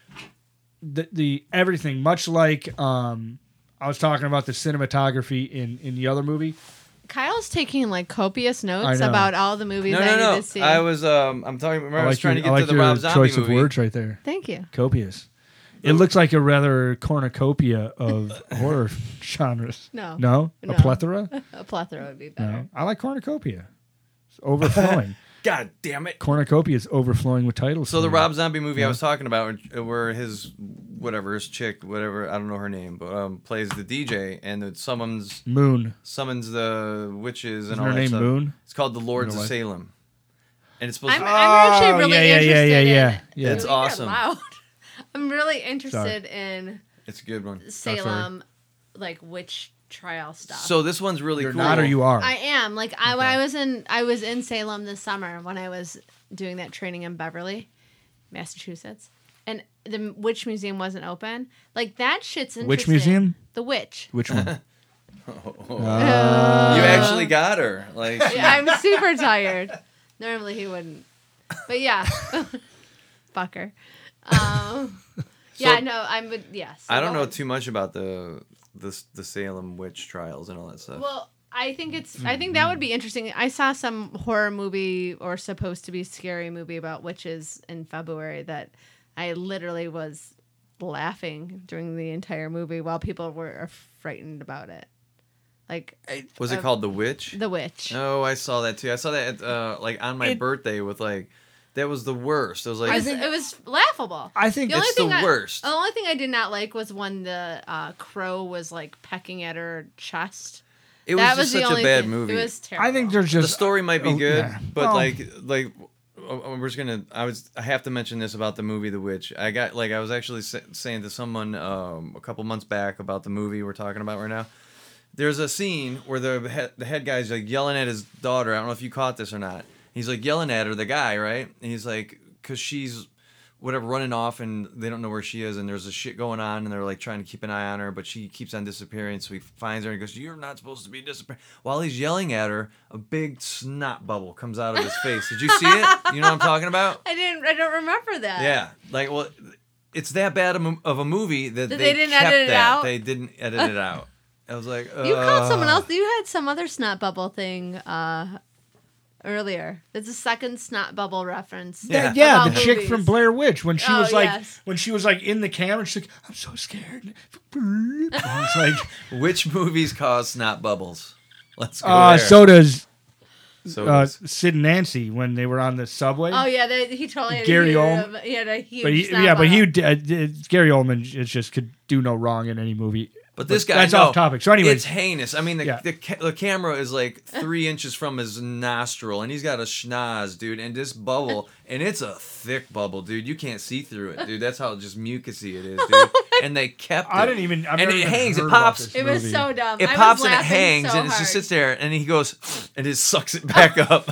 Speaker 3: The, the everything, much like um, I was talking about the cinematography in in the other movie.
Speaker 2: Kyle's taking like copious
Speaker 3: I
Speaker 2: notes
Speaker 3: know.
Speaker 2: about all the movies
Speaker 1: No,
Speaker 2: I
Speaker 1: no,
Speaker 2: need
Speaker 1: no.
Speaker 2: to see.
Speaker 1: I was um, I'm talking. Remember, I, was trying
Speaker 3: your-
Speaker 1: to get
Speaker 3: I
Speaker 1: to the
Speaker 3: your
Speaker 1: Rob Zombie
Speaker 3: choice
Speaker 1: movie.
Speaker 3: of words right there.
Speaker 2: Thank you.
Speaker 3: Copious. It looks like a rather cornucopia
Speaker 1: (laughs)
Speaker 3: of horror genres.
Speaker 2: No.
Speaker 3: no,
Speaker 2: No.
Speaker 3: a
Speaker 2: (laughs)
Speaker 3: plethora.
Speaker 2: A plethora would be better.
Speaker 3: No, I like cornucopia. It's
Speaker 1: (laughs)
Speaker 3: overflowing.
Speaker 1: God damn it.
Speaker 3: cornucopia is overflowing with titles.
Speaker 1: So the
Speaker 3: for me.
Speaker 1: Rob Zombie movie I was talking about, uh, where his whatever his chick, whatever I don't know her name, but um, plays the DJ and it summons
Speaker 3: Moon.
Speaker 1: summons the witches and
Speaker 3: Isn't
Speaker 1: all
Speaker 3: her
Speaker 1: that
Speaker 3: name
Speaker 1: stuff.
Speaker 3: Moon?
Speaker 1: It's called the Lords
Speaker 3: Real
Speaker 1: of
Speaker 3: life.
Speaker 1: Salem, and it's supposed
Speaker 2: I'm,
Speaker 1: to.
Speaker 2: I'm actually
Speaker 3: Oh,
Speaker 2: really
Speaker 3: yeah, yeah,
Speaker 2: interested
Speaker 3: yeah, yeah,
Speaker 2: in
Speaker 3: yeah,
Speaker 2: it.
Speaker 3: yeah.
Speaker 1: It's
Speaker 2: Believe that
Speaker 1: awesome.
Speaker 2: loud. (laughs) I'm really interested in
Speaker 1: It's a good one.
Speaker 2: Salem, like witch trial stuff.
Speaker 1: So this one's really
Speaker 3: You're
Speaker 1: cool.
Speaker 3: not or you are.
Speaker 2: I am like I when I was in I was in Salem this summer when I was doing that training in Beverly, Massachusetts, and the witch museum wasn't open. Like that shit's interesting.
Speaker 3: Which museum?
Speaker 2: The witch.
Speaker 3: Which
Speaker 1: (laughs)
Speaker 3: one? Oh.
Speaker 1: You actually got her. Like she-
Speaker 2: I'm super tired. Normally he wouldn't, but yeah, (laughs) fucker. Um, yeah, no, I'm but yes.
Speaker 1: I don't know
Speaker 2: Salem.
Speaker 1: too much about the the the Salem witch trials and all that stuff.
Speaker 2: Well, I think it's. I think that
Speaker 1: Mm-hmm.
Speaker 2: would be interesting. I saw some horror movie or supposed to be scary movie about witches in February that I literally was laughing during the entire movie while people were frightened about it. Like
Speaker 1: Was it called the witch?
Speaker 2: uh, the witch.
Speaker 1: No, I saw that too. I saw that at, uh, like on my birthday with like that was the worst. It was like
Speaker 2: It was, it was laughable.
Speaker 3: I think
Speaker 1: it's the
Speaker 2: I,
Speaker 1: worst.
Speaker 2: The only thing I did not like was when the uh, crow was like pecking at her chest.
Speaker 1: it was
Speaker 2: that
Speaker 1: just
Speaker 2: was the
Speaker 1: such
Speaker 2: only
Speaker 1: a bad
Speaker 2: thing.
Speaker 1: movie.
Speaker 2: It was terrible.
Speaker 3: I think there's
Speaker 1: the
Speaker 3: just
Speaker 1: story might be
Speaker 3: oh,
Speaker 1: good,
Speaker 3: yeah.
Speaker 1: but
Speaker 3: Well,
Speaker 1: like like oh, oh, we're just gonna. I was I have to mention this about the movie The Witch. I got like I was actually sa- saying to someone um, a couple months back about the movie we're talking about right now. There's a scene where the head, the head guy's like yelling at his daughter. I don't know if you caught this or not. He's like yelling at her, the guy, right? And he's like, because she's whatever running off and they don't know where she is and there's a shit going on and they're like trying to keep an eye on her but she keeps on disappearing so he finds her and goes you're not supposed to be disappearing while he's yelling at her a big snot bubble comes out of his face did you see
Speaker 2: (laughs)
Speaker 1: it you know what i'm talking about
Speaker 2: I didn't. I don't remember that.
Speaker 1: yeah like well it's that bad of a, of a movie that,
Speaker 2: That
Speaker 1: they,
Speaker 2: they didn't
Speaker 1: kept
Speaker 2: edit it
Speaker 1: that.
Speaker 2: out?
Speaker 1: they didn't edit it out i was like uh,
Speaker 2: You called someone
Speaker 1: "Ugh."
Speaker 2: else. You had some other snot bubble thing uh, earlier. That's the second snot bubble reference.
Speaker 1: Yeah.
Speaker 3: Yeah, yeah the
Speaker 2: about
Speaker 3: chick
Speaker 2: movies.
Speaker 3: from Blair Witch when she
Speaker 2: Oh,
Speaker 3: was like
Speaker 2: yes.
Speaker 3: when she was like in the camera, she's like, "I'm so scared." (laughs) And it's like,
Speaker 1: Which movies cause snot bubbles? Let's go
Speaker 3: uh,
Speaker 1: there.
Speaker 3: so does
Speaker 1: So
Speaker 3: uh,
Speaker 1: does-
Speaker 3: Sid and Nancy when they were on the subway.
Speaker 2: Oh yeah, they, he totally had
Speaker 3: Gary
Speaker 2: a huge,
Speaker 3: Oldman.
Speaker 2: He had a huge.
Speaker 3: but he,
Speaker 2: snot
Speaker 3: yeah, but
Speaker 2: bubble.
Speaker 3: he d- uh, d- Gary Oldman is just could do no wrong in any movie.
Speaker 1: but this guy
Speaker 3: that's
Speaker 1: no,
Speaker 3: off topic. So anyways,
Speaker 1: it's heinous. I mean, the,
Speaker 3: Yeah.
Speaker 1: the, ca- the camera is
Speaker 2: (laughs)
Speaker 1: like three inches from his nostril, and he's got a schnoz, dude. And this
Speaker 2: (laughs)
Speaker 1: bubble, and it's a thick bubble, dude. You can't see through it, dude. That's how just mucusy it is,
Speaker 2: (laughs)
Speaker 1: dude. and they kept.
Speaker 3: I
Speaker 1: it.
Speaker 3: didn't even. I've
Speaker 1: and
Speaker 3: never
Speaker 1: it
Speaker 3: even
Speaker 1: hangs,
Speaker 3: heard
Speaker 1: it
Speaker 3: about
Speaker 1: pops,
Speaker 3: this
Speaker 2: It was
Speaker 3: movie.
Speaker 2: so dumb.
Speaker 1: it
Speaker 2: I was
Speaker 1: pops and it
Speaker 2: laughing
Speaker 1: hangs,
Speaker 2: so
Speaker 1: and it just
Speaker 2: hard.
Speaker 1: sits there, and he goes and just sucks it back
Speaker 2: (laughs)
Speaker 1: up.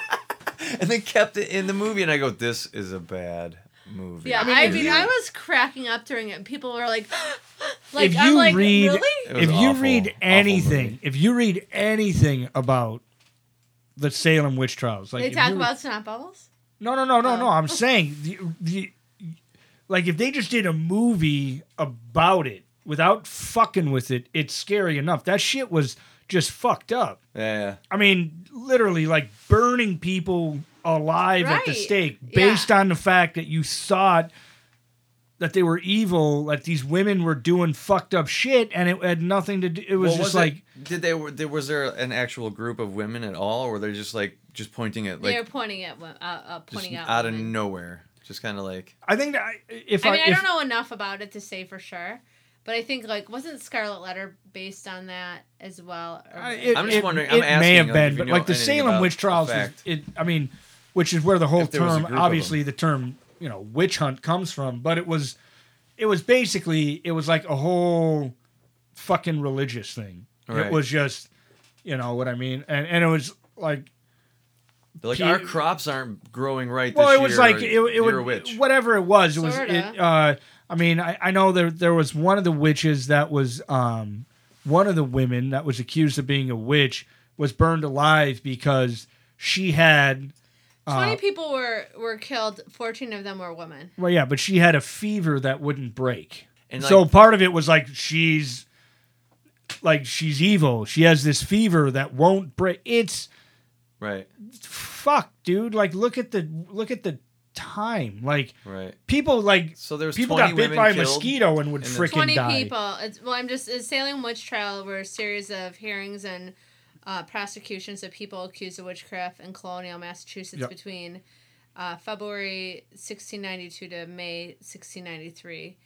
Speaker 1: (laughs) and they kept it in the movie, and I go, this is a bad movie.
Speaker 2: Yeah, I mean, I, was cracking up during it. People were like, (gasps) like
Speaker 3: if you
Speaker 2: I'm like,
Speaker 3: read,
Speaker 2: really?
Speaker 1: It was
Speaker 3: if you
Speaker 1: awful,
Speaker 3: read
Speaker 1: awful
Speaker 3: anything,
Speaker 1: movie.
Speaker 3: if you read anything about the Salem witch trials, like
Speaker 2: They
Speaker 3: if
Speaker 2: talk
Speaker 3: you-
Speaker 2: about snot bubbles.
Speaker 3: no, no, no, no, no.
Speaker 2: Oh.
Speaker 3: I'm saying the, the, like if they just did a movie about it without fucking with it, it's scary enough. That shit was just fucked up.
Speaker 1: yeah.
Speaker 3: I mean, literally, like burning people alive at the
Speaker 2: Right.
Speaker 3: stake
Speaker 2: Yeah.
Speaker 3: based on the fact that you thought that they were evil, that these women were doing fucked up shit, and it had nothing to do. It was
Speaker 1: Well,
Speaker 3: just
Speaker 1: it-
Speaker 3: like,
Speaker 1: did they were there was there an actual group of women at all, or were they just like just pointing at like
Speaker 2: They're pointing at one- uh, uh,
Speaker 1: just
Speaker 2: pointing out.
Speaker 1: out of
Speaker 2: women.
Speaker 1: nowhere, just kind of like
Speaker 3: I think that I- if I,
Speaker 2: I mean, I
Speaker 3: if,
Speaker 2: don't know enough about it to say for sure, but I think like wasn't Scarlet Letter based on that as well? Or-
Speaker 3: I- it-
Speaker 1: I'm just
Speaker 3: it-
Speaker 1: wondering-
Speaker 3: It
Speaker 1: I'm asking,
Speaker 3: may have
Speaker 1: like, if
Speaker 3: been,
Speaker 1: you
Speaker 3: but
Speaker 1: know
Speaker 3: like the
Speaker 1: anything
Speaker 3: Salem
Speaker 1: about
Speaker 3: witch
Speaker 1: the
Speaker 3: trials. Is,
Speaker 1: fact.
Speaker 3: it, I mean, which is where the whole
Speaker 1: If there was a
Speaker 3: term,
Speaker 1: group of
Speaker 3: obviously, the term you know witch hunt comes from. But it was, it was basically, it was like a whole fucking religious thing. It
Speaker 1: Right.
Speaker 3: was just, you know what I mean, and and it was like
Speaker 1: like
Speaker 3: Pe-
Speaker 1: our crops aren't growing right.
Speaker 3: well,
Speaker 1: this
Speaker 3: it was
Speaker 1: year,
Speaker 3: like
Speaker 1: or
Speaker 3: it, it
Speaker 1: you're a witch.
Speaker 3: would whatever it was. It was
Speaker 2: Sorta.
Speaker 3: it. Uh, I mean, I, I know there there was one of the witches that was um, one of the women that was accused of being a witch was burned alive because she had
Speaker 2: Twenty
Speaker 3: uh,
Speaker 2: people were were killed. Fourteen of them were women.
Speaker 3: well yeah, but she had a fever that wouldn't break.
Speaker 1: And
Speaker 3: so
Speaker 1: like-
Speaker 3: part of it was like she's like she's evil. She has this fever that won't break. It's
Speaker 1: right,
Speaker 3: fuck, dude. Like look at the look at the time. Like
Speaker 1: right.
Speaker 3: people like
Speaker 1: So there's
Speaker 3: people
Speaker 1: 20
Speaker 3: got bit
Speaker 1: women
Speaker 3: by a
Speaker 1: killed,
Speaker 3: mosquito and would
Speaker 1: and there's-
Speaker 3: freaking
Speaker 2: Twenty
Speaker 3: die.
Speaker 2: people. It's, well, I'm just the Salem witch trial were a series of hearings and uh, prosecutions of people accused of witchcraft in colonial Massachusetts
Speaker 3: Yep.
Speaker 2: between uh, February 1692 to May 1693.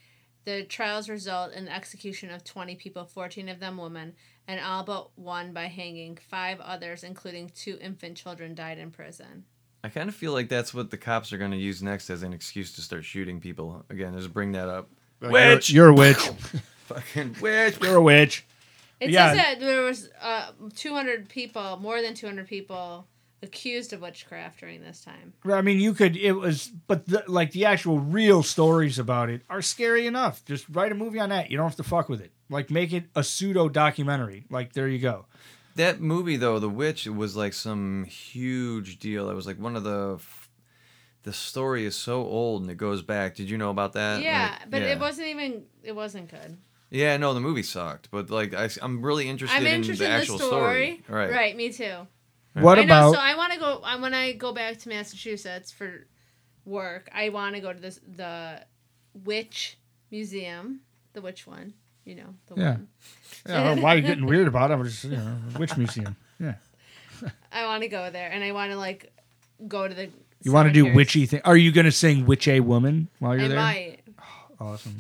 Speaker 2: The trials result in the execution of 20 people, 14 of them women, and all but one by hanging. Five others, including two infant children, died in prison.
Speaker 1: I kind of feel like that's what the cops are going to use next as an excuse to start shooting people again. Just bring that up. witch,
Speaker 3: You're, you're a witch.
Speaker 1: fucking witch. (laughs)
Speaker 3: You're a witch.
Speaker 2: It
Speaker 3: Yeah.
Speaker 2: says that there was uh, 200 people, more than 200 people, accused of witchcraft during this time.
Speaker 3: I mean, you could. It was, but the, like the actual real stories about it are scary enough. Just write a movie on that. You don't have to fuck with it. Like make it a pseudo documentary. Like there you go.
Speaker 1: That movie though, The Witch, was like some huge deal. It was like one of the. f- The story is so old and it goes back. Did you know about that?
Speaker 2: yeah,
Speaker 1: Like,
Speaker 2: but
Speaker 1: yeah.
Speaker 2: it wasn't even it wasn't good.
Speaker 1: Yeah, no, the movie sucked, but like I, am really interested,
Speaker 2: I'm interested
Speaker 1: in
Speaker 2: in,
Speaker 1: the
Speaker 2: the
Speaker 1: actual
Speaker 2: story.
Speaker 1: story.
Speaker 2: Right.
Speaker 1: right.
Speaker 2: me too.
Speaker 3: What
Speaker 2: I
Speaker 3: about
Speaker 2: know. So I want to go. I when I go back to Massachusetts for work, I want to go to this the witch museum, the witch one. You know, the
Speaker 3: Yeah.
Speaker 2: one.
Speaker 3: Yeah, I don't know why you're getting weird about it? I'm just you know,
Speaker 2: (laughs)
Speaker 3: witch museum. Yeah,
Speaker 2: I want to go there, and I want to like go to the.
Speaker 3: you want to do
Speaker 2: cemeteries.
Speaker 3: witchy thing? Are you gonna sing "Witch a Woman" while you're
Speaker 2: I
Speaker 3: there?
Speaker 2: might.
Speaker 3: Awesome.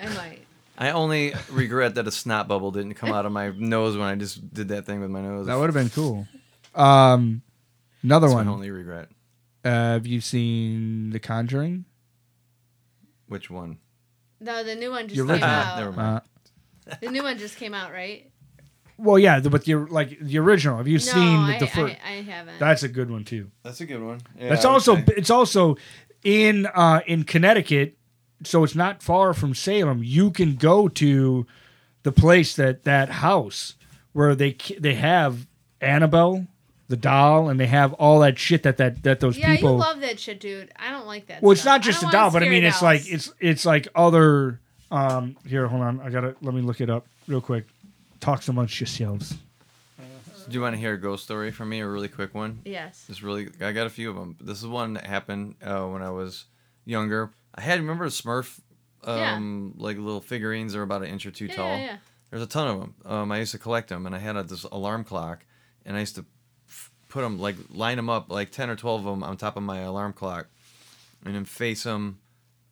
Speaker 2: I might.
Speaker 1: I only regret that a snot bubble didn't come out of my nose when I just did that thing with my nose.
Speaker 3: That would have been cool. Um, another
Speaker 1: That's
Speaker 3: one.
Speaker 1: my only regret.
Speaker 3: Uh, have you seen The Conjuring?
Speaker 1: Which one?
Speaker 2: No, the new one just
Speaker 3: Your
Speaker 2: came
Speaker 3: original.
Speaker 2: out.
Speaker 1: Ah, Never mind.
Speaker 3: Uh,
Speaker 2: The new one just came out, right?
Speaker 3: well, yeah, the, but the like the original. Have you
Speaker 2: no,
Speaker 3: seen
Speaker 2: I,
Speaker 3: the first?
Speaker 2: I, I haven't.
Speaker 3: That's a good one too.
Speaker 1: That's a good one.
Speaker 3: That's also it's also in uh, in Connecticut, so it's not far from Salem. You can go to the place that that house where they ki- they have Annabelle, the doll, and they have all that shit that that that those
Speaker 2: yeah,
Speaker 3: people.
Speaker 2: you love that shit, dude. I don't like that.
Speaker 3: well, it's
Speaker 2: stuff.
Speaker 3: not just
Speaker 2: I
Speaker 3: a
Speaker 2: don't
Speaker 3: doll,
Speaker 2: want
Speaker 3: but I mean
Speaker 2: scary
Speaker 3: it's like
Speaker 2: dolls.
Speaker 3: it's it's like other. Um, here, hold on, I gotta let me look it up real quick. Talks amongst yourselves.
Speaker 1: Do you want to hear a ghost story from me? A really quick one.
Speaker 2: Yes.
Speaker 1: This really, I got a few of them. This is one that happened uh, when I was younger. I had remember the Smurf,
Speaker 2: Yeah.
Speaker 1: um, like little figurines that were about an inch or two
Speaker 2: Yeah,
Speaker 1: tall.
Speaker 2: yeah, yeah.
Speaker 1: There's a ton of them. Um, I used to collect them, and I had a, this alarm clock, and I used to f- put them like line them up like ten or twelve of them on top of my alarm clock, and then face them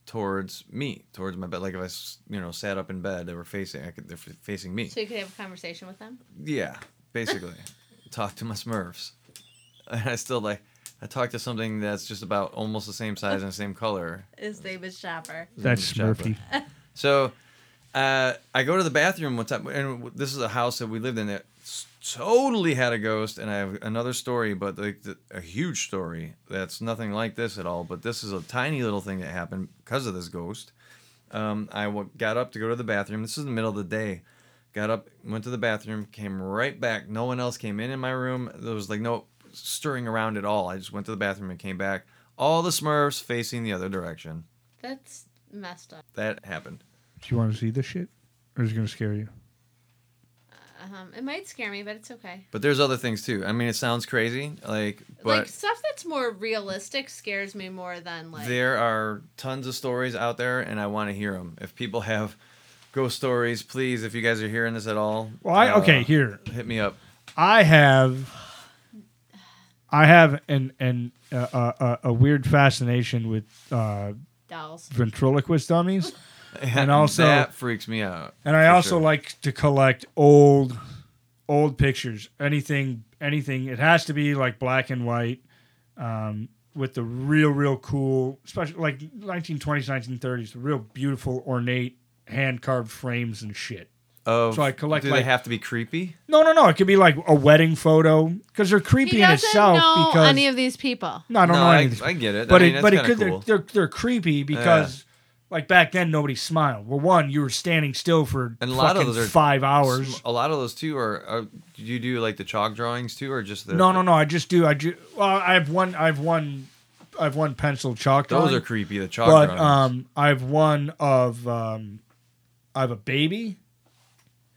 Speaker 1: towards me, towards my bed. Like if I, s- you know, sat up in bed, they were facing. I could, they're f- facing me.
Speaker 2: So you could have a conversation with them.
Speaker 1: Yeah, basically. (laughs) talk to my Smurfs. And I still like, I talk to something that's just about almost the same size and same color.
Speaker 2: His name is Chopper.
Speaker 3: That's Smurfy.
Speaker 1: So uh, I go to the bathroom one time, and this is a house that we lived in that s- totally had a ghost. And I have another story, but like the, a huge story that's nothing like this at all. But this is a tiny little thing that happened because of this ghost. Um, I w- got up to go to the bathroom. This is the middle of the day. Got up, went to the bathroom, came right back. No one else came in in my room. There was like no stirring around at all. I just went to the bathroom and came back. All the Smurfs facing the other direction.
Speaker 2: That's messed up.
Speaker 1: That happened.
Speaker 3: Do you want to see this shit, or is it gonna scare you?
Speaker 2: Um, it might scare me, but it's okay.
Speaker 1: But there's other things too. I mean, it sounds crazy, like,
Speaker 2: like
Speaker 1: but
Speaker 2: stuff that's more realistic scares me more than like
Speaker 1: there are tons of stories out there, and I want to hear them. If people have ghost stories, please, if you guys are hearing this at all,
Speaker 3: Well, I,
Speaker 1: uh,
Speaker 3: okay, here
Speaker 1: hit me up.
Speaker 3: I have, I have an an uh, uh, uh, a weird fascination with uh,
Speaker 2: dolls.
Speaker 3: ventriloquist (laughs) dummies, (laughs) and also
Speaker 1: that freaks me out.
Speaker 3: and I
Speaker 1: for
Speaker 3: also
Speaker 1: sure.
Speaker 3: like to collect old old pictures. Anything anything it has to be like black and white. Um, with the real, real cool, especially like 1920s, 1930s, the real beautiful, ornate, hand carved frames and shit.
Speaker 1: Of,
Speaker 3: so I collect,
Speaker 1: Do
Speaker 3: like-
Speaker 1: they have to be creepy?
Speaker 3: No, no, no. It could be like a wedding photo because they're creepy
Speaker 2: He
Speaker 3: in
Speaker 2: doesn't
Speaker 3: itself.
Speaker 2: know
Speaker 3: because
Speaker 2: any of these people.
Speaker 3: no, I don't
Speaker 1: no,
Speaker 3: know
Speaker 1: I,
Speaker 3: any of these.
Speaker 1: I get it.
Speaker 3: but
Speaker 1: I mean,
Speaker 3: it,
Speaker 1: that's
Speaker 3: but it
Speaker 1: kinda
Speaker 3: could
Speaker 1: cool.
Speaker 3: they're, they're they're creepy because like back then nobody smiled. Well, one you were standing still for
Speaker 1: And a lot of
Speaker 3: fucking
Speaker 1: those are
Speaker 3: five hours.
Speaker 1: A lot of those too are. are do you do like the chalk drawings too, or just the?
Speaker 3: no, no, no. I just do. I just well, I have one. I have one. I have one pencil chalk.
Speaker 1: Those
Speaker 3: drawing,
Speaker 1: are creepy. The chalk
Speaker 3: But
Speaker 1: drawings.
Speaker 3: um, I have one of um, I have a baby,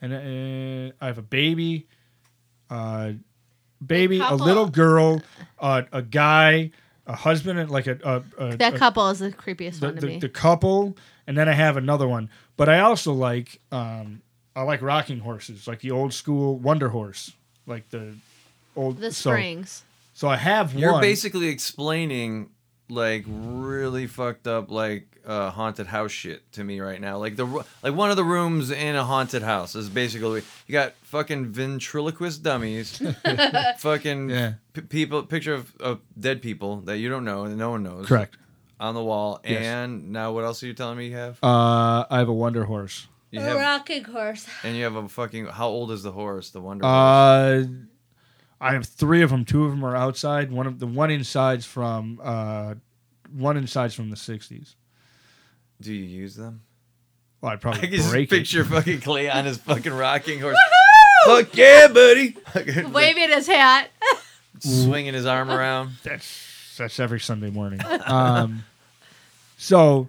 Speaker 3: and uh, I have a baby, uh, baby, a
Speaker 2: couple-
Speaker 3: little girl, uh, a guy, a husband, and like a, a, a
Speaker 2: That
Speaker 3: a-
Speaker 2: couple is the creepiest
Speaker 3: uh, the,
Speaker 2: one to
Speaker 3: the,
Speaker 2: me.
Speaker 3: the couple, and then I have another one. But I also like um, I like rocking horses, like the old school Wonder Horse, like the old
Speaker 2: The
Speaker 3: so- (laughs)
Speaker 2: springs.
Speaker 3: So, I have
Speaker 1: You're
Speaker 3: one.
Speaker 1: basically explaining like really fucked up like uh, haunted house shit to me right now. Like the ru- like one of the rooms in a haunted house is basically you got fucking ventriloquist dummies, fucking
Speaker 3: Yeah.
Speaker 1: p- people picture of, of dead people that you don't know and no one knows.
Speaker 3: correct.
Speaker 1: On the wall.
Speaker 3: Yes.
Speaker 1: And now what else are you telling me you have?
Speaker 3: Uh, I have a Wonder Horse.
Speaker 1: You
Speaker 2: a
Speaker 1: have
Speaker 2: rocking horse.
Speaker 1: and you have a fucking how old is the horse? The wonder horse.
Speaker 3: Uh, I have three of them. Two of them are outside. One of the one inside's from uh, one inside's from the '60s.
Speaker 1: Do you use them?
Speaker 3: Well, I'd
Speaker 1: I
Speaker 3: probably
Speaker 1: can just
Speaker 3: break
Speaker 1: picture fucking Clay on his fucking rocking horse. Fuck yeah,
Speaker 3: (laughs)
Speaker 1: buddy!
Speaker 2: Waving his hat. (laughs)
Speaker 1: swinging his arm around.
Speaker 3: (laughs) it. That's that's every Sunday morning. (laughs) Um, so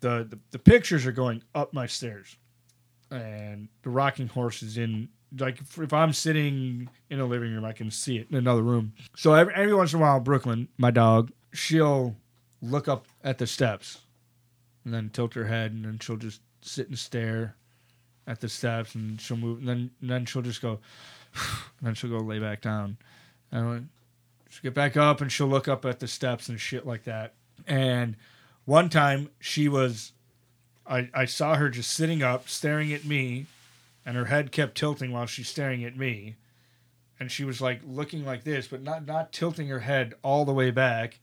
Speaker 3: the, the the pictures are going up my stairs, and the rocking horse is in. Like if, if I'm sitting in a living room, I can see it in another room. So every, every once in a while, Brooklyn, my dog, she'll look up at the steps, and then tilt her head, and then she'll just sit and stare at the steps, and she'll move, and then and then she'll just go, (sighs) and then she'll go lay back down, and I'm like, She'll get back up and she'll look up at the steps and shit like that. And one time she was, I, I saw her just sitting up, staring at me, and her head kept tilting while she's staring at me. And she was like looking like this, but not, not tilting her head all the way back.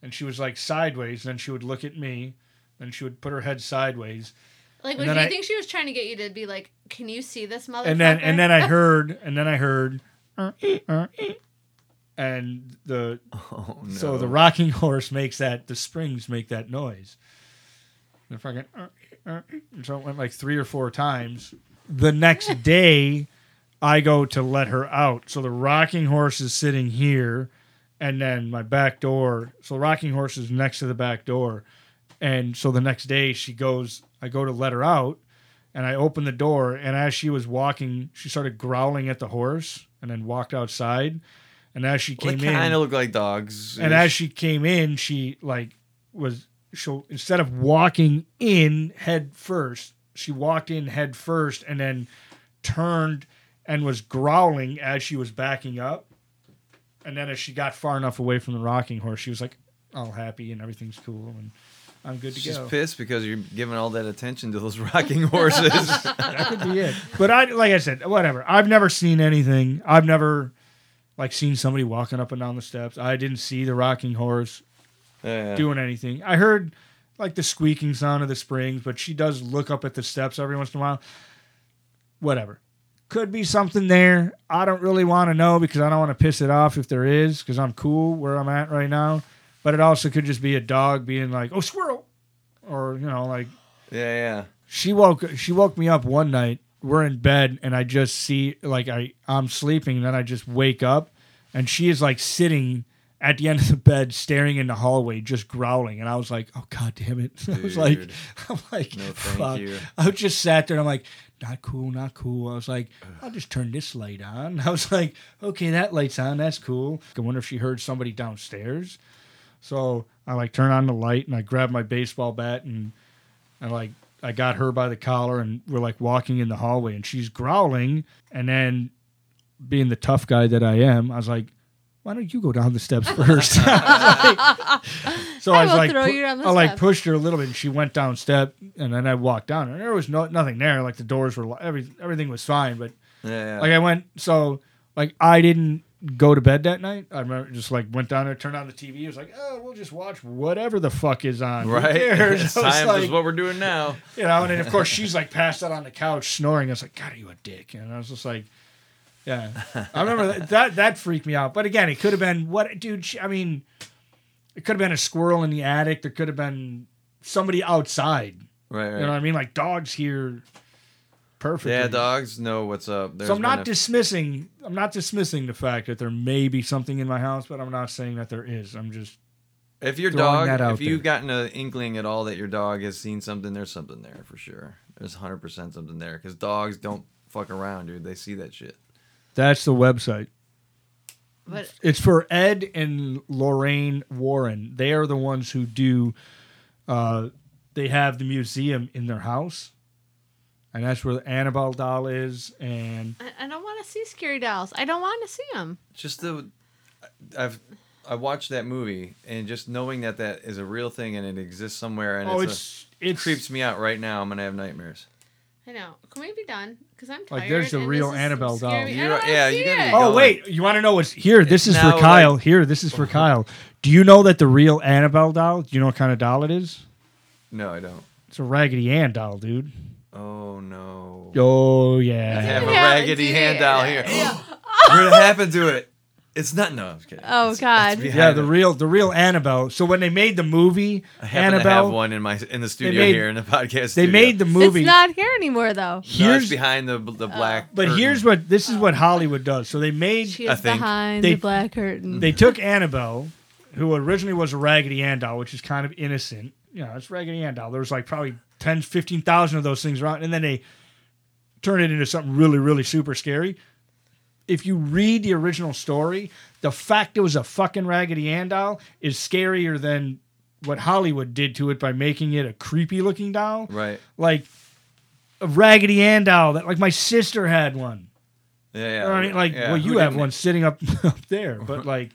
Speaker 3: And she was like sideways. Then she would look at me. Then she would put her head sideways.
Speaker 2: Like,
Speaker 3: And
Speaker 2: do
Speaker 3: then
Speaker 2: you
Speaker 3: I-
Speaker 2: think she was trying to get you to be like, "Can you see this motherfucker?"
Speaker 3: and then and then I heard and then I heard "Uh, eh, uh, eh." and the
Speaker 1: Oh no!
Speaker 3: So the rocking (laughs) horse makes that the springs make that noise. The fucking uh, uh, so it went like three or four times.
Speaker 1: (laughs)
Speaker 3: The next day, I go to let her out. So the rocking horse is sitting here, and then my back door. So the rocking horse is next to the back door, and so the next day she goes. I go to let her out, and I opened the door, and as she was walking, she started growling at the horse, and then walked outside. And as she
Speaker 1: Well,
Speaker 3: came
Speaker 1: they
Speaker 3: in,
Speaker 1: kind of look like dogs.
Speaker 3: and as she came in, she like was she instead of walking in head first, she walked in head first and then turned and was growling as she was backing up. And then as she got far enough away from the rocking horse, she was like all happy and everything's cool and I'm good to
Speaker 1: she's
Speaker 3: go.
Speaker 1: pissed because you're giving all that attention to those (laughs) rocking
Speaker 3: (laughs)
Speaker 1: horses.
Speaker 3: That could be it. But I like I said, whatever. I've never seen anything. I've never like seen somebody walking up and down the steps. I didn't see the rocking horse.
Speaker 1: Yeah.
Speaker 3: doing anything. I heard like the squeaking sound of the springs, but she does look up at the steps every once in a while. Whatever. Could be something there. I don't really want to know because I don't want to piss it off if there is because I'm cool where I'm at right now. But it also could just be a dog being like, "Oh, squirrel," or you know, like
Speaker 1: yeah, yeah.
Speaker 3: she woke she woke me up one night. We're in bed and I just see like I I'm sleeping and then I just wake up and she is like sitting at the end of the bed staring in the hallway just growling and I was like, "Oh god damn it." (laughs) I was like
Speaker 1: Dude.
Speaker 3: I'm like,
Speaker 1: No, thank
Speaker 3: "Fuck."
Speaker 1: you.
Speaker 3: I just sat there and I'm like, "Not cool, not cool." I was like, "I'll just turn this light on." (laughs) I was like, "Okay, that light's on. That's cool." I wonder if she heard somebody downstairs. So, I like turn on the light and I grab my baseball bat and and like I got her by the collar and we're like walking in the hallway and she's growling and then being the tough guy that I am, I was like, why don't you go down
Speaker 2: (laughs)
Speaker 3: the steps first? (laughs) I was like- so
Speaker 2: I
Speaker 3: I, was
Speaker 2: will
Speaker 3: like,
Speaker 2: throw
Speaker 3: pu-
Speaker 2: you down the
Speaker 3: I like
Speaker 2: steps.
Speaker 3: pushed her a little bit and she went down step and then I walked down and there was no nothing there. Like the doors were, lo- every, everything was fine, but
Speaker 1: Yeah, yeah.
Speaker 3: like I went so like I didn't go to bed that night. I remember just like went down there, turned on the TV. It was like, oh, we'll just watch whatever the fuck is on. Who
Speaker 1: right? (laughs)
Speaker 3: (laughs) cares? I was
Speaker 1: Time
Speaker 3: like-
Speaker 1: is what we're doing now.
Speaker 3: you know, and then of course she's like passed out on the couch snoring. I was like, God, are you a dick? And I was just like, yeah. I remember that that, that freaked me out. But again, it could have been what, dude. She, I mean, it could have been a squirrel in the attic. There could have been somebody outside.
Speaker 1: Right,
Speaker 3: You know what
Speaker 1: right.
Speaker 3: I mean? Like dogs here, perfect.
Speaker 1: Yeah, dogs know what's up. There's
Speaker 3: So I'm
Speaker 1: been
Speaker 3: not
Speaker 1: a-
Speaker 3: dismissing. I'm not dismissing the fact that there may be something in my house, but I'm not saying that there is. I'm just
Speaker 1: If your dog,
Speaker 3: throwing that out
Speaker 1: if you've gotten an inkling at all that your dog has seen something, there's something there for sure. There's 100% something there because dogs don't fuck around, dude. They see that shit.
Speaker 3: that's the website.
Speaker 2: But
Speaker 3: It's for Ed and Lorraine Warren. They are the ones who do. Uh, they have the museum in their house, and that's where the Annabelle doll is. And
Speaker 2: I, I don't want to see scary dolls. I don't want to see them.
Speaker 1: Just the, I've, I watched that movie and just knowing that that is a real thing and it exists somewhere and
Speaker 3: oh,
Speaker 1: it's,
Speaker 3: it's it's
Speaker 1: a, creeps me out right now. I'm gonna have nightmares.
Speaker 2: I know. Can we be done? Because I'm tired.
Speaker 3: Like, there's the
Speaker 2: and
Speaker 3: real
Speaker 2: this is
Speaker 3: Annabelle doll.
Speaker 2: scary. I
Speaker 1: You're-
Speaker 2: don't wanna
Speaker 1: yeah,
Speaker 2: see
Speaker 1: you gotta
Speaker 2: it.
Speaker 1: go.
Speaker 3: Oh wait, you want to know what's here? This is
Speaker 1: now,
Speaker 3: for
Speaker 1: like-
Speaker 3: Kyle. here, this is for Kyle. Do you know that the real Annabelle doll? Do you know what kind of doll it is?
Speaker 1: No, I don't.
Speaker 3: It's a Raggedy Ann doll, dude.
Speaker 1: Oh no.
Speaker 3: Oh
Speaker 1: I
Speaker 3: yeah.
Speaker 1: have a
Speaker 2: Yeah,
Speaker 1: raggedy
Speaker 2: dude.
Speaker 1: hand out here. what happened to it? It's not. No, I'm just kidding.
Speaker 2: Oh,
Speaker 1: It's-
Speaker 2: God.
Speaker 1: it's
Speaker 3: Yeah,
Speaker 1: behind
Speaker 3: the
Speaker 1: it.
Speaker 3: real the real Annabelle. So when they made the movie
Speaker 1: I happen
Speaker 3: Annabelle,
Speaker 1: to have one in my in the studio
Speaker 3: made-
Speaker 1: here in the podcast.
Speaker 3: they
Speaker 1: studio.
Speaker 3: made the movie.
Speaker 2: It's not here anymore, though.
Speaker 1: No,
Speaker 3: here's
Speaker 1: it's behind the
Speaker 2: Oh.
Speaker 1: the black.
Speaker 3: but
Speaker 1: curtain.
Speaker 3: here's what this is what Hollywood does. So they made
Speaker 2: She
Speaker 1: I
Speaker 2: is
Speaker 1: think
Speaker 2: behind
Speaker 3: they-
Speaker 2: the black curtain.
Speaker 3: they took Annabelle, who originally was a Raggedy Ann doll, which is kind of innocent. You know, it's Raggedy Ann doll. There's like probably 10, 15,000 of those things around, and then they turn it into something really, really super scary. If you read the original story, the fact it was a fucking Raggedy Ann doll is scarier than what Hollywood did to it by making it a creepy looking doll.
Speaker 1: Right.
Speaker 3: Like a Raggedy Ann doll that like my sister had one.
Speaker 1: Yeah. yeah.
Speaker 3: I mean, like,
Speaker 1: yeah.
Speaker 3: well,
Speaker 1: Who
Speaker 3: you have
Speaker 1: didn't-
Speaker 3: one sitting up (laughs) up there, but like,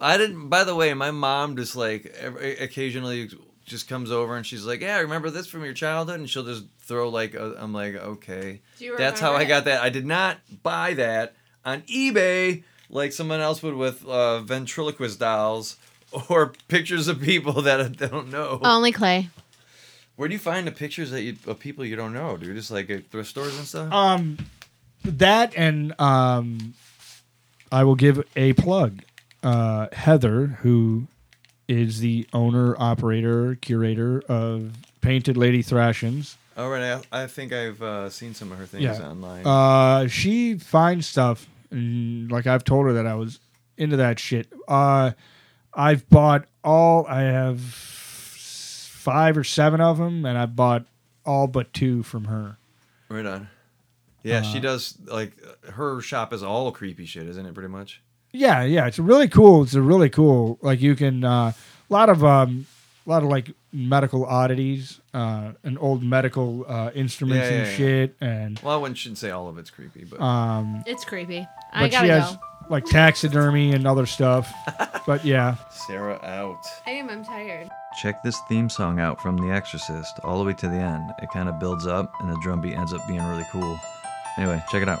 Speaker 1: I didn't. By the way, my mom just like every, occasionally just comes over and she's like, "Yeah, remember this from your childhood?" And she'll just throw like, a, "I'm like, okay,
Speaker 2: Do you
Speaker 1: that's how
Speaker 2: remember
Speaker 1: I
Speaker 2: it?
Speaker 1: got that. I did not buy that on eBay like someone else would with uh, ventriloquist dolls." Or pictures of people that I don't know.
Speaker 2: Only Clay.
Speaker 1: Where do you find the pictures that you, of people you don't know, dude? Just like at thrift stores and stuff.
Speaker 3: um, that and um, I will give a plug. Uh, Heather, who is the owner, operator, curator of Painted Lady Thrashings,
Speaker 1: All Oh, right, I, I think I've uh, seen some of her things
Speaker 3: Yeah.
Speaker 1: online.
Speaker 3: Uh, she finds stuff, and like I've told her that I was into that shit. Uh, I've bought all. I have five or seven of them, and I bought all but two from her.
Speaker 1: Right on. Yeah, she
Speaker 3: uh,
Speaker 1: does like her shop is all creepy shit, isn't it? Pretty much.
Speaker 3: Yeah, yeah, it's really cool. It's a really cool. Like you can uh, a lot of um, a lot of like medical oddities, uh, and old medical uh, instruments
Speaker 1: Yeah, yeah,
Speaker 3: and
Speaker 1: yeah.
Speaker 3: shit, and
Speaker 1: Well, I wouldn't shouldn't say all of it's creepy, but
Speaker 3: um,
Speaker 2: It's creepy. I
Speaker 3: but she
Speaker 2: gotta
Speaker 3: has
Speaker 2: go.
Speaker 3: like taxidermy and other stuff. but yeah,
Speaker 1: Sarah out.
Speaker 2: I am. I'm tired.
Speaker 6: Check this theme song out from The Exorcist all the way to the end. It kind of builds up, and the drum beat ends up being really cool. Anyway, check it out.